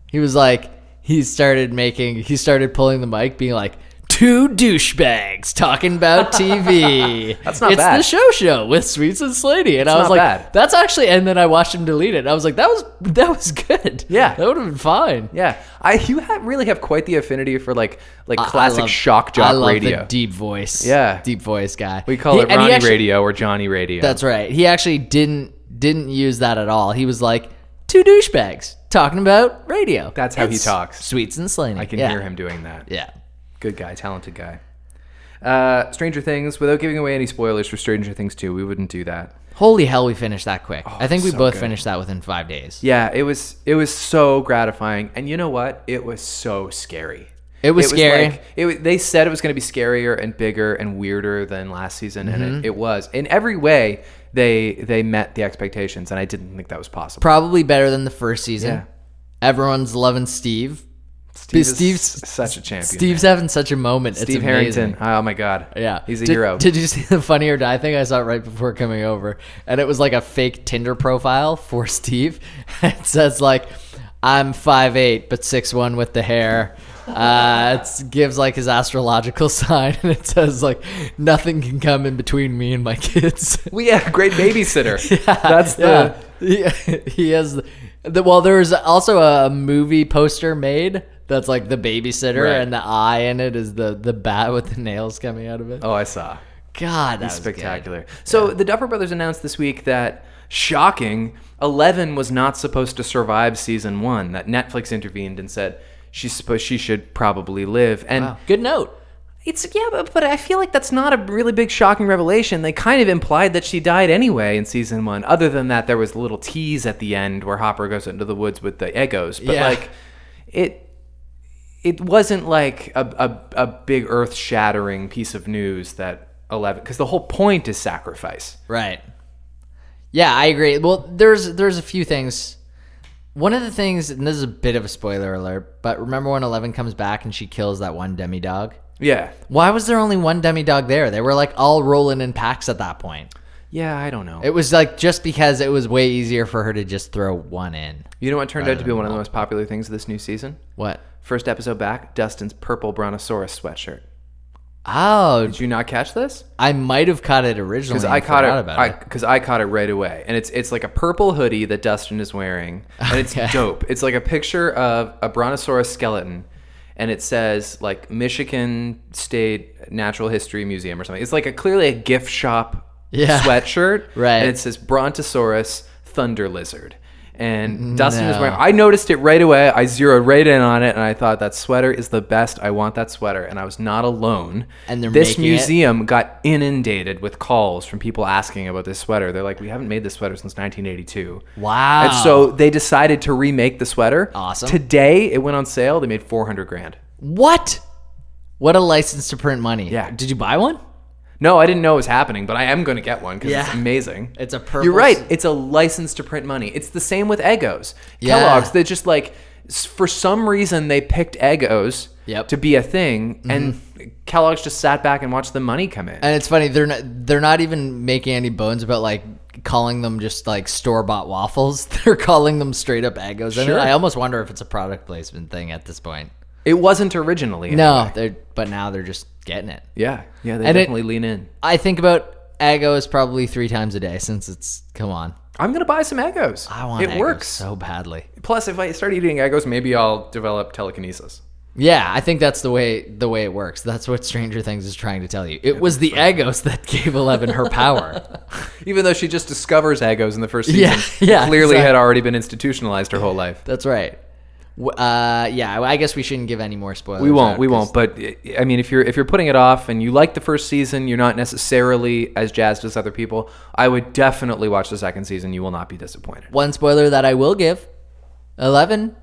Speaker 2: He was like, he started making he started pulling the mic, being like, two douchebags talking about TV.
Speaker 1: That's not
Speaker 2: it's
Speaker 1: bad.
Speaker 2: the show show with Sweets and Slaney. And I was
Speaker 1: not
Speaker 2: like,
Speaker 1: bad.
Speaker 2: that's actually and then I watched him delete it. and I was like, that was that was good.
Speaker 1: Yeah.
Speaker 2: That would have been fine.
Speaker 1: Yeah, I you have really have quite the affinity for like like
Speaker 2: I- I
Speaker 1: classic
Speaker 2: love-
Speaker 1: shock
Speaker 2: I
Speaker 1: jock
Speaker 2: love the
Speaker 1: radio.
Speaker 2: deep voice.
Speaker 1: Yeah.
Speaker 2: Deep voice guy.
Speaker 1: we call
Speaker 2: He-
Speaker 1: it
Speaker 2: and he
Speaker 1: Ronnie
Speaker 2: actually-
Speaker 1: Radio or Johnny Radio.
Speaker 2: That's right. He actually didn't didn't use that at all. He was like two douchebags talking about radio.
Speaker 1: That's how he
Speaker 2: It's
Speaker 1: talks.
Speaker 2: Sweets and Slaney.
Speaker 1: I can hear him doing that.
Speaker 2: Yeah.
Speaker 1: Good guy, talented guy. Uh, Stranger Things, without giving away any spoilers for Stranger Things 2, we wouldn't do that.
Speaker 2: Holy hell, we finished that quick. I think we
Speaker 1: Oh, so
Speaker 2: both
Speaker 1: good.
Speaker 2: finished that within five days.
Speaker 1: Yeah, it was it was so gratifying, and you know what? It was so scary.
Speaker 2: It was scary.
Speaker 1: like- it wa- they said it was going to be scarier and bigger and weirder than last season,
Speaker 2: Mm-hmm.
Speaker 1: and it, it was in every way. They they met the expectations, and I didn't think that was possible.
Speaker 2: Probably better than the first season.
Speaker 1: Yeah.
Speaker 2: Everyone's loving Steve.
Speaker 1: Steve is
Speaker 2: Steve's-
Speaker 1: s- such a champion.
Speaker 2: Steve's having such a moment.
Speaker 1: Steve
Speaker 2: it's amazing.
Speaker 1: Harrington. Oh my God.
Speaker 2: Yeah,
Speaker 1: he's a
Speaker 2: Did-
Speaker 1: hero.
Speaker 2: Did you see the Funny or Die thing I saw right before coming over? And it was like a fake Tinder profile for Steve. It says like, "I'm 5'8", but 6'1", with the hair." Uh, it gives like his astrological sign, and it says like, "Nothing can come in between me and my kids."
Speaker 1: we had a great babysitter. That's the.
Speaker 2: yeah. He, he has the well. There was also a movie poster made that's like the babysitter,
Speaker 1: Right.
Speaker 2: and the eye in it is the the bat with the nails coming out of it.
Speaker 1: Oh, I saw.
Speaker 2: God, that's
Speaker 1: Spectacular. So the Duffer Brothers announced this week that shocking, Eleven was not supposed to survive season one. That Netflix intervened and said she's supposed she should probably live. And
Speaker 2: Good note.
Speaker 1: it's yeah, but, but I feel like that's not a really big shocking revelation. They kind of implied that she died anyway in season one. Other than that, there was a little tease at the end where Hopper goes into the woods with the Eggos. But
Speaker 2: Yeah.
Speaker 1: like it it wasn't like a, a, a big earth shattering piece of news that 11 because the whole point is sacrifice
Speaker 2: Right. Yeah, I agree. Well, there's there's a few things. One of the things, and this is a bit of a spoiler alert, but remember when Eleven comes back and she kills that one demi dog?
Speaker 1: yeah
Speaker 2: Why was there only one demi dog there? They were like all rolling in packs at that point.
Speaker 1: yeah i don't know
Speaker 2: It was like just because it was way easier for her to just throw one in.
Speaker 1: you know what turned out to be one of the most popular things of this new season
Speaker 2: What?
Speaker 1: first episode back dustin's purple brontosaurus sweatshirt
Speaker 2: Oh,
Speaker 1: did you not catch this
Speaker 2: I might have caught it originally.
Speaker 1: because
Speaker 2: and
Speaker 1: I caught
Speaker 2: forgot
Speaker 1: it
Speaker 2: about it.
Speaker 1: because I, caught it right away, and it's it's like a purple hoodie that Dustin is wearing, and it's
Speaker 2: Okay.
Speaker 1: dope. It's like a picture of a brontosaurus skeleton, and it says like Michigan State Natural History Museum or something. It's like a clearly a gift shop
Speaker 2: Yeah.
Speaker 1: sweatshirt,
Speaker 2: Right.
Speaker 1: And it says Brontosaurus Thunder Lizard. And Dustin is wearing. I noticed it right away. I zeroed right in on it, and I thought that sweater is the best. I want that sweater, and I was not alone.
Speaker 2: And they're
Speaker 1: this
Speaker 2: making it?
Speaker 1: museum museum got inundated with calls from people asking about this sweater. They're like, we haven't made this sweater since 1982.
Speaker 2: Wow.
Speaker 1: And so they decided to remake the sweater.
Speaker 2: Awesome.
Speaker 1: Today it went on sale. They made 400 grand.
Speaker 2: what? What a license to print money.
Speaker 1: Yeah.
Speaker 2: Did you buy one?
Speaker 1: No, I didn't know it was happening, but I am going to get one because
Speaker 2: Yeah.
Speaker 1: it's amazing.
Speaker 2: It's a purple.
Speaker 1: You're right. It's a license to print money. It's the same with Eggos.
Speaker 2: Yeah.
Speaker 1: Kellogg's, they just like, s- for some reason, they picked Eggos
Speaker 2: Yep. Mm-hmm.
Speaker 1: to be a thing, and Kellogg's just sat back and watched the money come in.
Speaker 2: And it's funny they're not they're not even making any bones about like calling them just like store bought waffles. They're calling them straight up Eggos.
Speaker 1: Sure.
Speaker 2: And I almost wonder if it's a product placement thing at this point.
Speaker 1: it wasn't originally.
Speaker 2: No, they're but now they're just getting it.
Speaker 1: Yeah. Yeah, they
Speaker 2: And it-
Speaker 1: definitely lean in.
Speaker 2: I think about Eggos probably three times a day since it's come on.
Speaker 1: I'm gonna buy some egos.
Speaker 2: I want
Speaker 1: it
Speaker 2: Eggos
Speaker 1: works.
Speaker 2: so badly.
Speaker 1: Plus, if I start eating egos, maybe I'll develop telekinesis.
Speaker 2: Yeah, I think that's the way the way it works. That's what Stranger Things is trying to tell you. It was the Eggos that gave Eleven her power.
Speaker 1: Even though she just discovers egos in the first season,
Speaker 2: Yeah, yeah,
Speaker 1: clearly had
Speaker 2: exactly.
Speaker 1: already been institutionalized her whole life.
Speaker 2: That's right. W- Uh, yeah, I guess we shouldn't give any more spoilers.
Speaker 1: We won't,
Speaker 2: out,
Speaker 1: we
Speaker 2: 'cause-
Speaker 1: won't. But I- I mean, if you're if you're putting it off and you like the first season, you're not necessarily as jazzed as other people. I would definitely watch the second season. You will not be disappointed.
Speaker 2: One spoiler that I will give: Eleven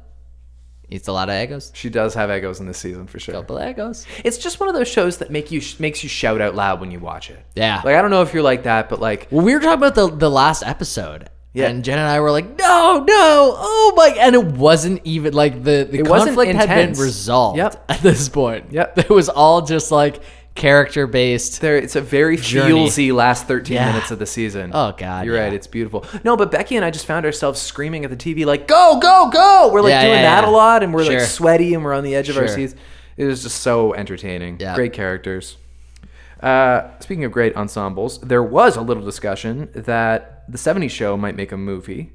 Speaker 2: eats a lot of egos.
Speaker 1: She does have egos in this season for sure.
Speaker 2: Couple egos.
Speaker 1: It's just one of those shows that make you sh- makes you shout out loud when you watch it.
Speaker 2: Yeah.
Speaker 1: Like I don't know if you're like that, but like
Speaker 2: Well, we were talking about the the last episode.
Speaker 1: Yeah.
Speaker 2: And Jen and I were like, no, no, oh my! And it wasn't even like the the
Speaker 1: It wasn't
Speaker 2: conflict had been
Speaker 1: intense.
Speaker 2: resolved
Speaker 1: Yep.
Speaker 2: at this point.
Speaker 1: Yep.
Speaker 2: it was all just like character based.
Speaker 1: There, it's a very
Speaker 2: Journey.
Speaker 1: feelsy last 13
Speaker 2: Yeah.
Speaker 1: minutes of the season.
Speaker 2: Oh, God,
Speaker 1: You're
Speaker 2: yeah.
Speaker 1: right. It's beautiful. No, but Becky and I just found ourselves screaming at the TV like, "Go, go, go!" We're like
Speaker 2: Yeah,
Speaker 1: doing
Speaker 2: yeah,
Speaker 1: that
Speaker 2: yeah.
Speaker 1: a lot, and we're
Speaker 2: Sure.
Speaker 1: like sweaty, and we're on the edge of our
Speaker 2: Sure.
Speaker 1: seats. It was just so entertaining.
Speaker 2: Yeah.
Speaker 1: Great characters. Uh, speaking of great ensembles, there was a little discussion that the '70s show might make a movie.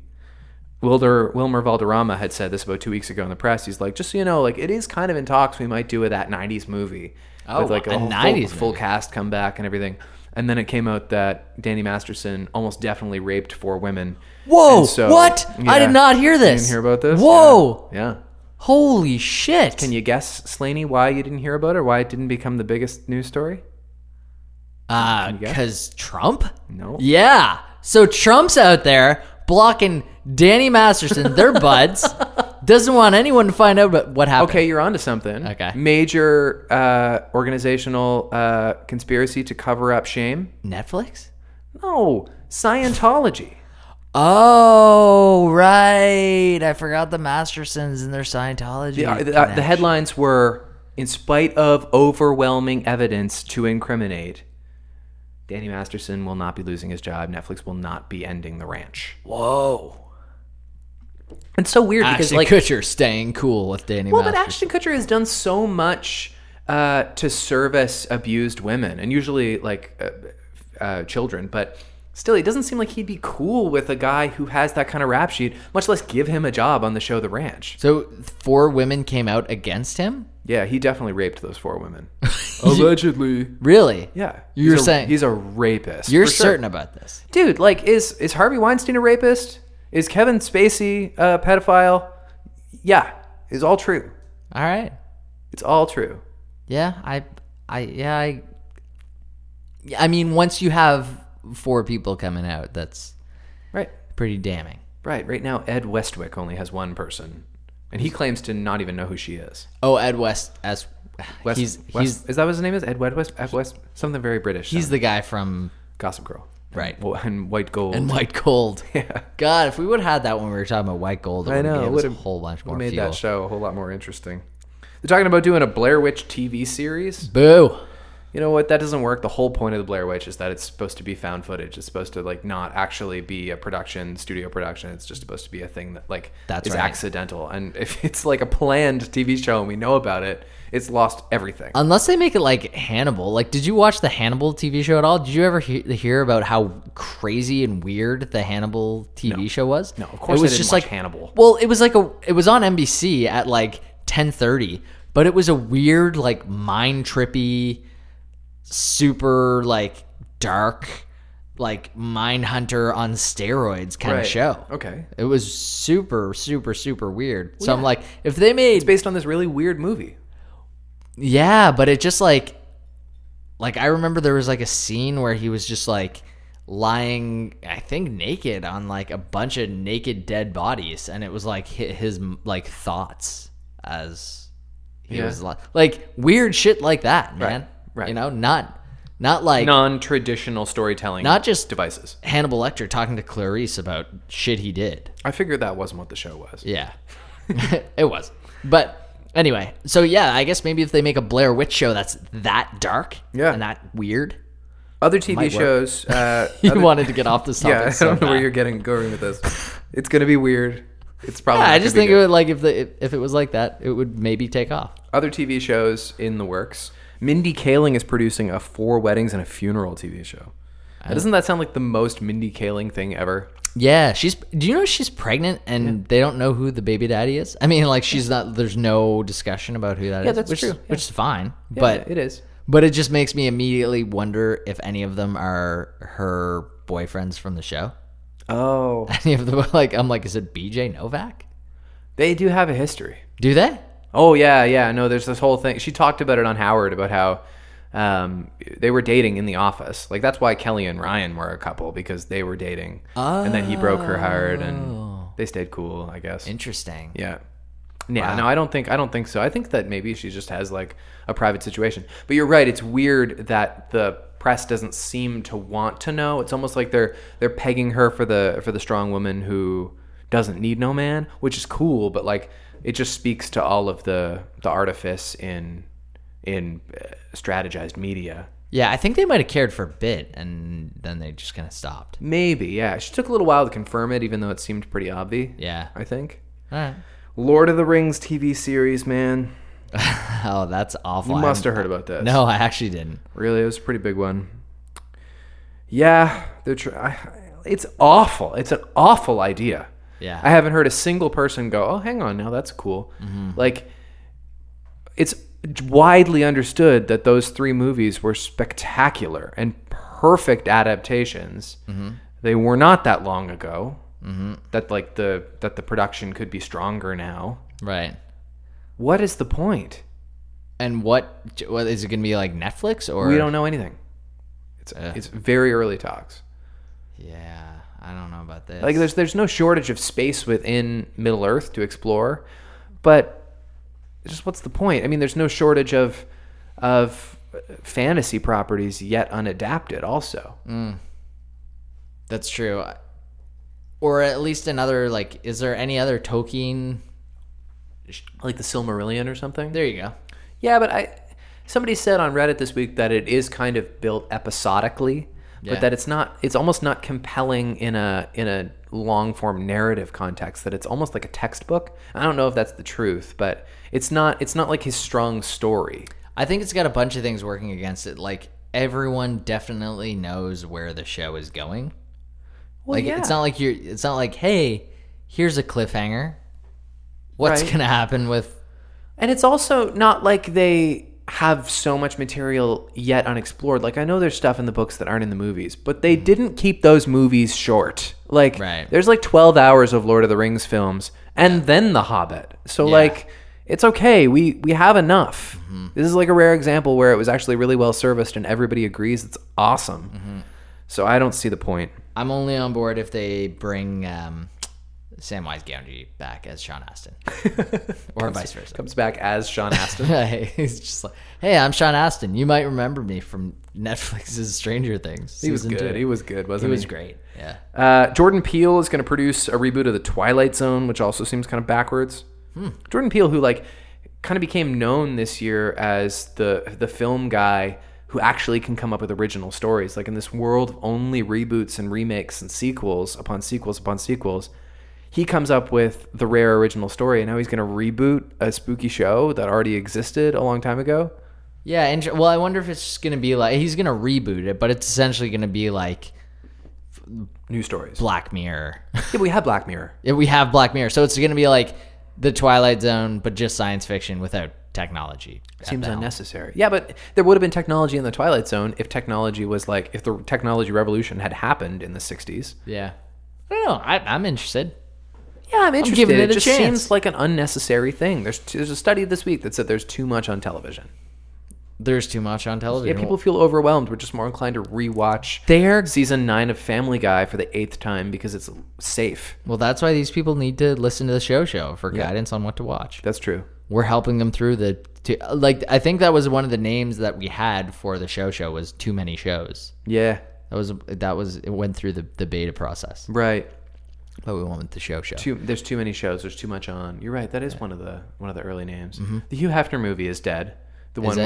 Speaker 1: Wilder Wilmer Valderrama had said this about two weeks ago in the press. He's like, just so you know, like it is kind of in talks. We might do a that '90s movie
Speaker 2: Oh,
Speaker 1: with like
Speaker 2: a
Speaker 1: a, whole
Speaker 2: 90s
Speaker 1: full, full
Speaker 2: movie.
Speaker 1: cast come back and everything. And then it came out that Danny Masterson almost definitely raped four women.
Speaker 2: Whoa!
Speaker 1: And so-
Speaker 2: what? I
Speaker 1: Yeah.
Speaker 2: did not hear
Speaker 1: You
Speaker 2: this.
Speaker 1: didn't hear about this?
Speaker 2: Whoa!
Speaker 1: Yeah. yeah.
Speaker 2: Holy shit!
Speaker 1: Can you guess, Slaney, why you didn't hear about it or why it didn't become the biggest news story?
Speaker 2: Uh,
Speaker 1: guess?
Speaker 2: cause Trump?
Speaker 1: No.
Speaker 2: Yeah. So Trump's out there blocking Danny Masterson, their buds. Doesn't want anyone to find out about what happened.
Speaker 1: Okay, you're onto something.
Speaker 2: Okay.
Speaker 1: Major uh, organizational uh, conspiracy to cover up shame?
Speaker 2: Netflix?
Speaker 1: No, Scientology.
Speaker 2: Oh right, I forgot the Mastersons and their Scientology.
Speaker 1: The, uh, the, uh,
Speaker 2: connection.
Speaker 1: the headlines were In spite of overwhelming evidence to incriminate, Danny Masterson will not be losing his job. Netflix will not be ending the ranch.
Speaker 2: Whoa.
Speaker 1: It's so weird because,
Speaker 2: Ashton
Speaker 1: like,
Speaker 2: Kutcher staying cool with Danny.
Speaker 1: well, but
Speaker 2: Masterson.
Speaker 1: Ashton Kutcher has done so much uh, to service abused women and usually, like, uh, uh, children, but. Still, it doesn't seem like he'd be cool with a guy who has that kind of rap sheet, much less give him a job on the show The Ranch.
Speaker 2: So four women came out against him.
Speaker 1: Yeah, he definitely raped those four women. Allegedly.
Speaker 2: Really?
Speaker 1: Yeah,
Speaker 2: You were
Speaker 1: He's a-
Speaker 2: saying-
Speaker 1: he's a rapist.
Speaker 2: You're
Speaker 1: for sure.
Speaker 2: certain about this?
Speaker 1: dude. Like, is is Harvey Weinstein a rapist? Is Kevin Spacey a pedophile? Yeah, it's all true.
Speaker 2: All right.
Speaker 1: It's all true.
Speaker 2: Yeah. I. I. Yeah. I. Yeah, I mean, once you have four people coming out, that's
Speaker 1: Right,
Speaker 2: pretty damning.
Speaker 1: right. Right now, Ed Westwick only has one person, and he claims to not even know who she is.
Speaker 2: Oh, Ed West as
Speaker 1: West,
Speaker 2: he's
Speaker 1: West-
Speaker 2: he's
Speaker 1: is that what his name is? Ed Wed- West, Ed West, something very British.
Speaker 2: he's
Speaker 1: sounding.
Speaker 2: the guy from
Speaker 1: Gossip Girl,
Speaker 2: Right.
Speaker 1: And, and White Gold.
Speaker 2: and White Gold.
Speaker 1: Yeah.
Speaker 2: God, if we would have had that when we were talking about White Gold, it
Speaker 1: I
Speaker 2: would
Speaker 1: know.
Speaker 2: have
Speaker 1: It
Speaker 2: gave us
Speaker 1: would
Speaker 2: a whole bunch more
Speaker 1: made
Speaker 2: fuel.
Speaker 1: that show a whole lot more interesting. They're talking about doing a Blair Witch TV series.
Speaker 2: Boo.
Speaker 1: You know what? That doesn't work. The whole point of the Blair Witch is that it's supposed to be found footage. It's supposed to like not actually be a production, studio production. It's just supposed to be a thing that like
Speaker 2: That's
Speaker 1: is
Speaker 2: right.
Speaker 1: accidental. And if it's like a planned TV show and we know about it, it's lost everything.
Speaker 2: Unless they make it like Hannibal. Like, did you watch the Hannibal TV show at all? Did you ever he- hear about how crazy and weird the Hannibal TV show was?
Speaker 1: No, of course I
Speaker 2: It was
Speaker 1: didn't
Speaker 2: just
Speaker 1: watch
Speaker 2: like
Speaker 1: Hannibal.
Speaker 2: Well, it was like a. It was on NBC at like ten thirty, but it was a weird, like mind trippy, super like dark, like mind hunter on steroids kind
Speaker 1: Right.
Speaker 2: of show.
Speaker 1: Okay.
Speaker 2: It was super, super, super weird. so I'm like, if they made
Speaker 1: It's based on this really weird movie.
Speaker 2: yeah, but it just like like I remember there was like a scene where he was just like lying I think naked on like a bunch of naked dead bodies and it was like hi- his m- like thoughts as he
Speaker 1: Yeah.
Speaker 2: was li- like weird shit like that, man.
Speaker 1: right.
Speaker 2: You know, not not like
Speaker 1: Non traditional storytelling
Speaker 2: Not just-
Speaker 1: devices.
Speaker 2: Hannibal Lecter talking to Clarice about shit he did.
Speaker 1: I figured that wasn't what the show was.
Speaker 2: Yeah. it was. But anyway, so yeah, I guess maybe if they make a Blair Witch show that's that dark
Speaker 1: Yeah.
Speaker 2: and that weird,
Speaker 1: Other TV shows uh
Speaker 2: you
Speaker 1: other-
Speaker 2: wanted to get off this topic.
Speaker 1: Yeah, I
Speaker 2: so
Speaker 1: don't know where
Speaker 2: bad.
Speaker 1: you're getting going with this. It's gonna be weird. It's probably
Speaker 2: Yeah,
Speaker 1: not
Speaker 2: I
Speaker 1: gonna
Speaker 2: just
Speaker 1: be
Speaker 2: think
Speaker 1: good.
Speaker 2: it would like if the if it was like that, it would maybe take off.
Speaker 1: other TV shows in the works. Mindy Kaling is producing a four weddings and a funeral TV show. Now, doesn't that sound like the most Mindy Kaling thing ever?
Speaker 2: Yeah, she's. Do you know she's pregnant and they don't know who the baby daddy is? I mean, like she's not. There's no discussion about who that is.
Speaker 1: that's
Speaker 2: which,
Speaker 1: true,
Speaker 2: Which is fine, but
Speaker 1: Yeah, it is.
Speaker 2: but it just makes me immediately wonder if any of them are her boyfriends from the show.
Speaker 1: Oh,
Speaker 2: Any of them? Like I'm like, is it B.J. Novak?
Speaker 1: they do have a history.
Speaker 2: Do they?
Speaker 1: Oh yeah, yeah. No, there's this whole thing. She talked about it on Howard about how um, they were dating in the office. Like that's why Kelly and Ryan were a couple because they were dating, and then he broke her heart,
Speaker 2: Oh.
Speaker 1: and they stayed cool, I guess.
Speaker 2: Interesting.
Speaker 1: Yeah. Yeah, no, I don't think I don't think so. I think that maybe she just has like a private situation. But you're right, it's weird that the press doesn't seem to want to know. It's almost like they're they're pegging her for the for the strong woman who doesn't need no man, which is cool, but like it just speaks to all of the the artifice in in uh, strategized media.
Speaker 2: Yeah, I think they might have cared for a bit, and then they just kind of stopped.
Speaker 1: Maybe, yeah. She took a little while to confirm it, even though it seemed pretty obvious.
Speaker 2: Yeah.
Speaker 1: I think.
Speaker 2: All right.
Speaker 1: Lord of the Rings TV series, man.
Speaker 2: Oh, that's awful.
Speaker 1: You
Speaker 2: I
Speaker 1: must have
Speaker 2: haven't-
Speaker 1: heard about this.
Speaker 2: No, I actually didn't.
Speaker 1: Really, it was a pretty big one. Yeah, they're. Tr- I, it's awful. It's an awful idea.
Speaker 2: Yeah.
Speaker 1: I haven't heard a single person go, "Oh, hang on, now that's cool." Like, it's widely understood that those three movies were spectacular and perfect adaptations. They were not that long ago. That like the that the production could be stronger now.
Speaker 2: Right.
Speaker 1: What is the point?
Speaker 2: And what, what is it going to be like Netflix or
Speaker 1: We don't know anything. It's it's very early talks.
Speaker 2: Yeah, I don't know about this.
Speaker 1: Like there's there's no shortage of space within Middle Earth to explore, but just what's the point? I mean, there's no shortage of of fantasy properties yet unadapted. Also,
Speaker 2: That's true. Or at least another like is there any other Tolkien?
Speaker 1: like the Silmarillion or something.
Speaker 2: There you go.
Speaker 1: Yeah, but I somebody said on Reddit this week that it is kind of built episodically,
Speaker 2: Yeah.
Speaker 1: but that it's not it's almost not compelling in a in a long form narrative context that it's almost like a textbook. I don't know if that's the truth, but it's not it's not like his strong story.
Speaker 2: I think it's got a bunch of things working against it. Like everyone definitely knows where the show is going.
Speaker 1: Well,
Speaker 2: like it's not like you're it's not like, "Hey, here's a cliffhanger. What's
Speaker 1: Right.
Speaker 2: going to happen with
Speaker 1: And it's also not like they have so much material yet unexplored. Like I know there's stuff in the books that aren't in the movies, but they didn't keep those movies short. Like
Speaker 2: Right.
Speaker 1: there's like 12 hours of Lord of the Rings films and then The Hobbit. So like it's okay. We we have enough.
Speaker 2: Mm-hmm.
Speaker 1: This is like a rare example where it was actually really well serviced and everybody agrees it's awesome.
Speaker 2: Mm-hmm.
Speaker 1: So I don't see the point.
Speaker 2: I'm only on board if they bring um Samwise Gamgee back as Sean Astin or vice versa.
Speaker 1: Comes back as Sean Astin.
Speaker 2: He's just like, "Hey, I'm Sean Astin. You might remember me from Netflix's Stranger Things."
Speaker 1: he was
Speaker 2: season
Speaker 1: good.
Speaker 2: two."
Speaker 1: He was good, wasn't
Speaker 2: He
Speaker 1: he?
Speaker 2: was great. Yeah.
Speaker 1: Uh, Jordan Peele is going to produce a reboot of The Twilight Zone, which also seems kind of backwards. Jordan Peele, who like kind of became known this year as the the film guy who actually can come up with original stories. Like in this world of only reboots and remakes and sequels upon sequels upon sequels, he comes up with the rare original story, and now he's going to reboot a spooky show that already existed a long time ago.
Speaker 2: Yeah, and well, I wonder if it's just gonna be like he's gonna reboot it, but it's essentially gonna be like
Speaker 1: New stories.
Speaker 2: Black Mirror.
Speaker 1: yeah, we had Black Mirror.
Speaker 2: Yeah, we have Black Mirror, so it's gonna be like the Twilight Zone, but just science fiction without technology. at
Speaker 1: Seems
Speaker 2: the helm.
Speaker 1: unnecessary. Yeah, but there would have been technology in the Twilight Zone if technology was like if the technology revolution had happened in the '60s.
Speaker 2: Yeah. I don't know. I, I'm interested.
Speaker 1: Yeah, I'm interested.
Speaker 2: giving it a
Speaker 1: just
Speaker 2: chance.
Speaker 1: seems like an unnecessary thing. There's there's a study this week that said there's too much on television.
Speaker 2: There's too much on
Speaker 1: Yeah,
Speaker 2: television.
Speaker 1: people feel overwhelmed. We're just more inclined to rewatch
Speaker 2: They're
Speaker 1: season nine of Family Guy for the eighth time because it's safe.
Speaker 2: well. That's why these people need to listen to the show show for guidance on what to watch.
Speaker 1: That's true.
Speaker 2: we're helping them through the to, like i think that was one of the names that we had for the show show was too many shows
Speaker 1: Yeah,
Speaker 2: that was that was it went through the, the beta process
Speaker 1: right.
Speaker 2: but we went with the show show
Speaker 1: Too, there's too many shows. There's too much on. You're right. That is one of the one of the early names. The Hugh Hefner movie is dead. The one
Speaker 2: Mm-hmm.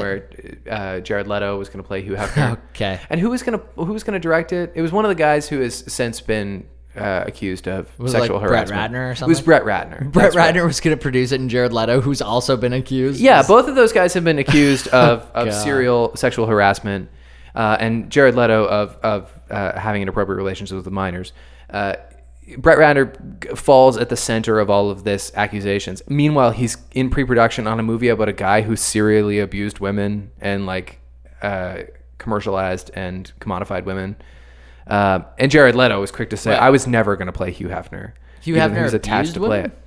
Speaker 2: it?
Speaker 1: where uh, Jared Leto was going to play Hugh Hefner.
Speaker 2: Okay.
Speaker 1: And who was going to who was going to direct it? It was one of the guys who has since been uh, accused of
Speaker 2: Was it
Speaker 1: sexual
Speaker 2: like Brett
Speaker 1: harassment.
Speaker 2: Ratner or
Speaker 1: It was
Speaker 2: something?
Speaker 1: Brett Ratner.
Speaker 2: brett ratner was going to produce it and jared leto who's also been accused
Speaker 1: Yeah, both of those guys have been accused of,
Speaker 2: Oh, God.
Speaker 1: of serial sexual harassment, uh, and Jared Leto of of uh, having inappropriate relationships with minors. Uh, Brett Ratner g- falls at the center of all of this accusations. Meanwhile, he's in pre-production on a movie about a guy who serially abused women and like uh, commercialized and commodified women. Uh, and Jared Leto was quick to say, "I was never going to play Hugh Hefner."
Speaker 2: Hugh
Speaker 1: even though
Speaker 2: Hefner
Speaker 1: he was
Speaker 2: abused women?
Speaker 1: it.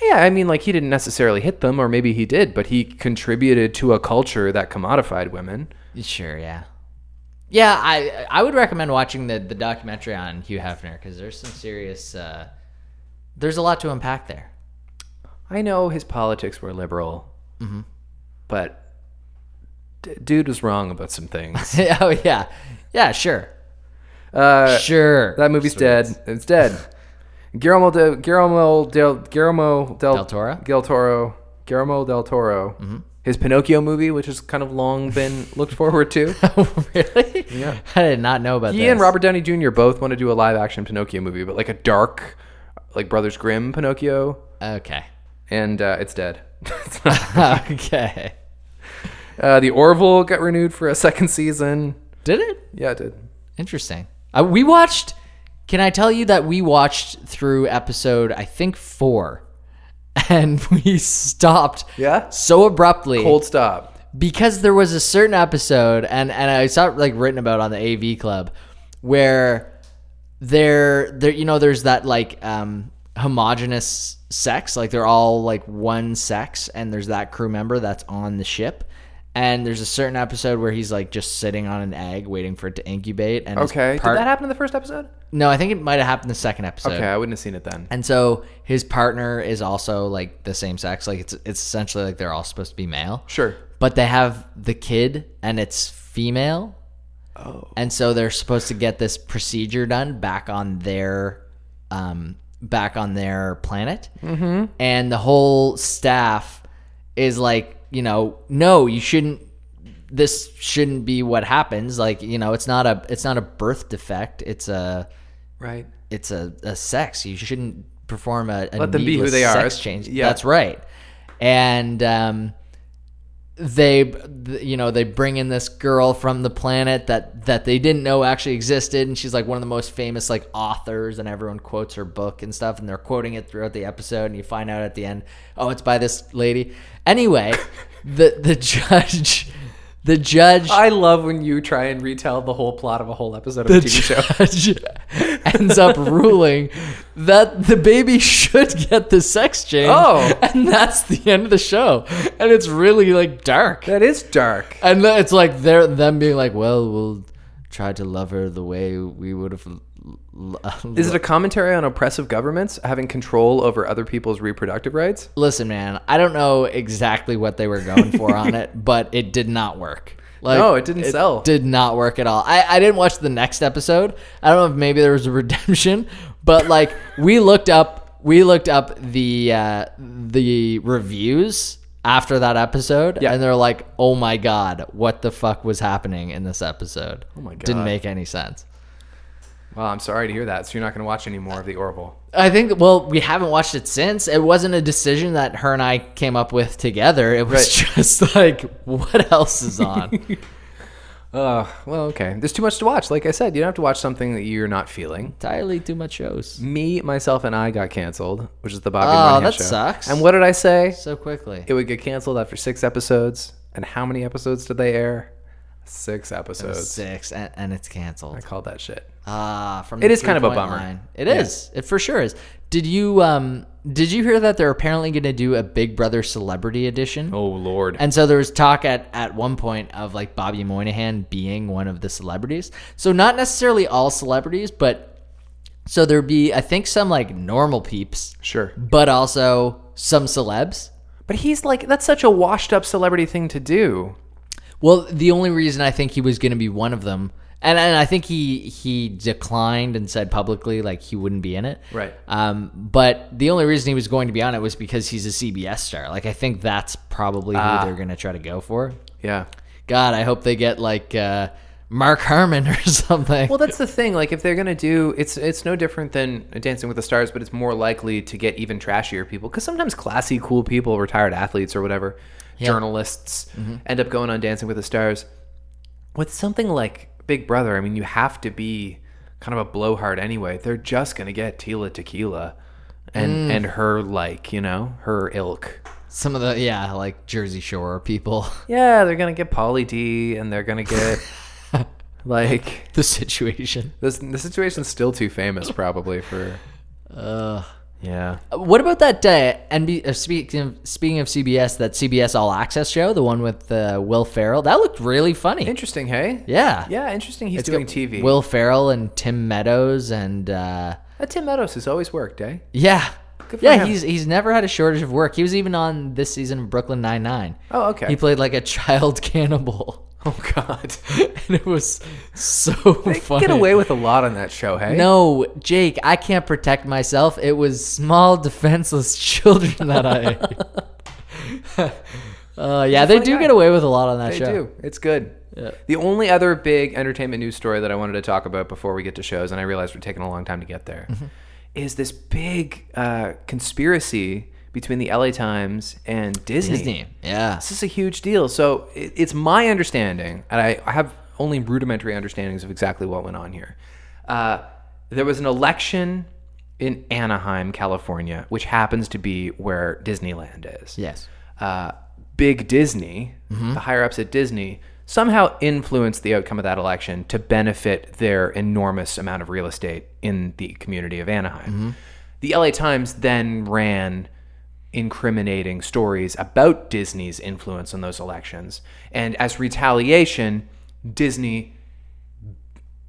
Speaker 1: Yeah, I mean, like he didn't necessarily hit them, or maybe he did, but he contributed to a culture that commodified women.
Speaker 2: sure yeah yeah i i would recommend watching the the documentary on hugh hefner because there's some serious uh there's a lot to unpack there
Speaker 1: I know his politics were liberal, but d- dude was wrong about some things.
Speaker 2: oh yeah yeah sure
Speaker 1: Uh,
Speaker 2: sure
Speaker 1: that movie's dead. It's dead. Guillermo de, Guillermo del Guillermo del,
Speaker 2: Del Toro?
Speaker 1: Del Toro Guillermo del Toro his Pinocchio movie, which has kind of long been looked forward to.
Speaker 2: Oh, really?
Speaker 1: Yeah.
Speaker 2: I did not know about that.
Speaker 1: He and Robert Downey Jr. both want to do a live action Pinocchio movie, but like a dark, like Brothers Grimm Pinocchio,
Speaker 2: Okay.
Speaker 1: and uh, it's dead. It's not-
Speaker 2: okay.
Speaker 1: uh, the Orville got renewed for a second season.
Speaker 2: Did it?
Speaker 1: Yeah, it did.
Speaker 2: Interesting. Uh, we watched. Can I tell you that we watched through episode I think four, and we stopped.
Speaker 1: Yeah?
Speaker 2: So abruptly
Speaker 1: Cold stop.
Speaker 2: because there was a certain episode, and and I saw it like written about on the AV Club, where there there you know there's that like um homogenous sex like they're all like one sex and there's that crew member that's on the ship and there's a certain episode where he's like just sitting on an egg waiting for it to incubate and his
Speaker 1: Okay.
Speaker 2: part-
Speaker 1: did that happen in the first episode?
Speaker 2: no, I think it might have happened the second episode.
Speaker 1: Okay, I wouldn't have seen it then.
Speaker 2: And so his partner is also like the same sex. Like it's it's essentially like they're all supposed to be male.
Speaker 1: Sure.
Speaker 2: But they have the kid and it's female. Oh. And so they're supposed to get this procedure done back on their um back on their planet. Mm-hmm. And the whole staff is like, you know, no, you shouldn't this shouldn't be what happens. Like, you know, it's not a it's not a birth defect. It's a
Speaker 1: Right.
Speaker 2: it's a, a sex. You shouldn't perform a, a
Speaker 1: Let them be who
Speaker 2: needless
Speaker 1: they are.
Speaker 2: sex change.
Speaker 1: Yeah.
Speaker 2: That's right. And um, they, th- you know, they bring in this girl from the planet that that they didn't know actually existed, and she's like one of the most famous like authors, and everyone quotes her book and stuff, and they're quoting it throughout the episode, and you find out at the end, oh, it's by this lady. Anyway, the the judge, the judge
Speaker 1: I love when you try and retell the whole plot of a whole episode of a TV show.
Speaker 2: judge ends up ruling that the baby should get the sex change.
Speaker 1: Oh.
Speaker 2: And that's the end of the show. And it's really like dark.
Speaker 1: That is dark.
Speaker 2: And then it's like they're them being like, well, we'll try to love her the way we would have. l- l-
Speaker 1: Is it a commentary on oppressive governments having control over other people's reproductive rights?
Speaker 2: Listen, man, I don't know exactly what they were going for on it, but it did not work. Like,
Speaker 1: No, it didn't sell.
Speaker 2: Did not work at all. I, I didn't watch the next episode. I don't know if maybe there was a redemption, but like we looked up we looked up the uh, the reviews after that episode,
Speaker 1: Yeah.
Speaker 2: and they're like, "Oh my god, what the fuck was happening in this episode?" Oh
Speaker 1: my God.
Speaker 2: didn't make any sense.
Speaker 1: Well, I'm sorry to hear that. So you're not going to watch any more of the Orville.
Speaker 2: I think well, we haven't watched it since. It wasn't a decision that her and I came up with together. It was just like, what else is on?
Speaker 1: Uh, well, okay. There's too much to watch. Like I said, you don't have to watch something that you're not feeling.
Speaker 2: Entirely too much shows.
Speaker 1: Me, myself, and I got canceled, which is the Bobby
Speaker 2: Oh,
Speaker 1: Moynihan
Speaker 2: that
Speaker 1: show.
Speaker 2: sucks.
Speaker 1: And what did I say?
Speaker 2: So quickly.
Speaker 1: It would get canceled after six episodes. And how many episodes did they air? Six episodes.
Speaker 2: Six and, and it's canceled.
Speaker 1: I called that shit.
Speaker 2: Ah, from
Speaker 1: It
Speaker 2: the
Speaker 1: is kind of a
Speaker 2: three-point
Speaker 1: bummer.
Speaker 2: line. It is. It for sure is. Did you um did you hear that they're apparently going to do a Big Brother celebrity edition?
Speaker 1: Oh lord.
Speaker 2: And so there was talk at, at one point of like Bobby Moynihan being one of the celebrities. So not necessarily all celebrities, but so there'd be I think some like normal peeps,
Speaker 1: sure.
Speaker 2: but also some celebs.
Speaker 1: But he's like that's such a washed up celebrity thing to do.
Speaker 2: Well, the only reason I think he was going to be one of them, and, and I think he he declined and said publicly like he wouldn't be in it.
Speaker 1: Right.
Speaker 2: Um, but the only reason he was going to be on it was because he's a CBS star. Like I think that's probably who they're going to try to go for.
Speaker 1: Yeah.
Speaker 2: God, I hope they get like uh, Mark Harmon or something.
Speaker 1: Well, that's the thing. Like, if they're gonna do, it's it's no different than Dancing with the Stars, but it's more likely to get even trashier people because sometimes classy, cool people, retired athletes or whatever, journalists end up going on Dancing with the Stars. With something like Big Brother, I mean, you have to be kind of a blowhard anyway. They're just gonna get Tila Tequila and and her like you know her ilk.
Speaker 2: Some of the yeah, like Jersey Shore people,
Speaker 1: Yeah, they're gonna get Polly D, and they're gonna get like.
Speaker 2: the situation.
Speaker 1: This the situation's still too famous, probably for. yeah.
Speaker 2: What about that uh, NB? Uh, speaking of, speaking of CBS, that CBS All Access show, the one with uh, Will Ferrell, that looked really funny.
Speaker 1: Interesting, hey.
Speaker 2: Yeah,
Speaker 1: Yeah, interesting. He's
Speaker 2: It's
Speaker 1: doing
Speaker 2: got
Speaker 1: TV. Well,
Speaker 2: Will Ferrell and Tim Meadows, and uh,
Speaker 1: Tim Meadows has always worked, eh?
Speaker 2: yeah,
Speaker 1: Good for
Speaker 2: yeah,
Speaker 1: him.
Speaker 2: he's he's never had a shortage of work. He was even on this season of Brooklyn Nine Nine.
Speaker 1: Oh, okay.
Speaker 2: He played like a child cannibal.
Speaker 1: oh God.
Speaker 2: and it was so
Speaker 1: They
Speaker 2: funny.
Speaker 1: get away with a lot on that show, hey.
Speaker 2: No, Jake, I can't protect myself. It was small, defenseless children that I. Uh, yeah, they do
Speaker 1: guy.
Speaker 2: get away with a lot on that
Speaker 1: They
Speaker 2: show.
Speaker 1: do. It's good.
Speaker 2: Yeah.
Speaker 1: The only other big entertainment news story that I wanted to talk about before we get to shows, and I realized we're taking a long time to get there,
Speaker 2: Mm-hmm.
Speaker 1: is this big uh, conspiracy between the LA Times and Disney.
Speaker 2: Disney. Yeah.
Speaker 1: This is a huge deal. So it, it's my understanding, and I, I have only rudimentary understandings of exactly what went on here. Uh, there was an election in Anaheim, California, which happens to be where Disneyland is
Speaker 2: Yes.
Speaker 1: uh, Big Disney, the higher ups at Disney, somehow influenced the outcome of that election to benefit their enormous amount of real estate in the community of Anaheim. The LA Times then ran incriminating stories about Disney's influence on those elections. And as retaliation, Disney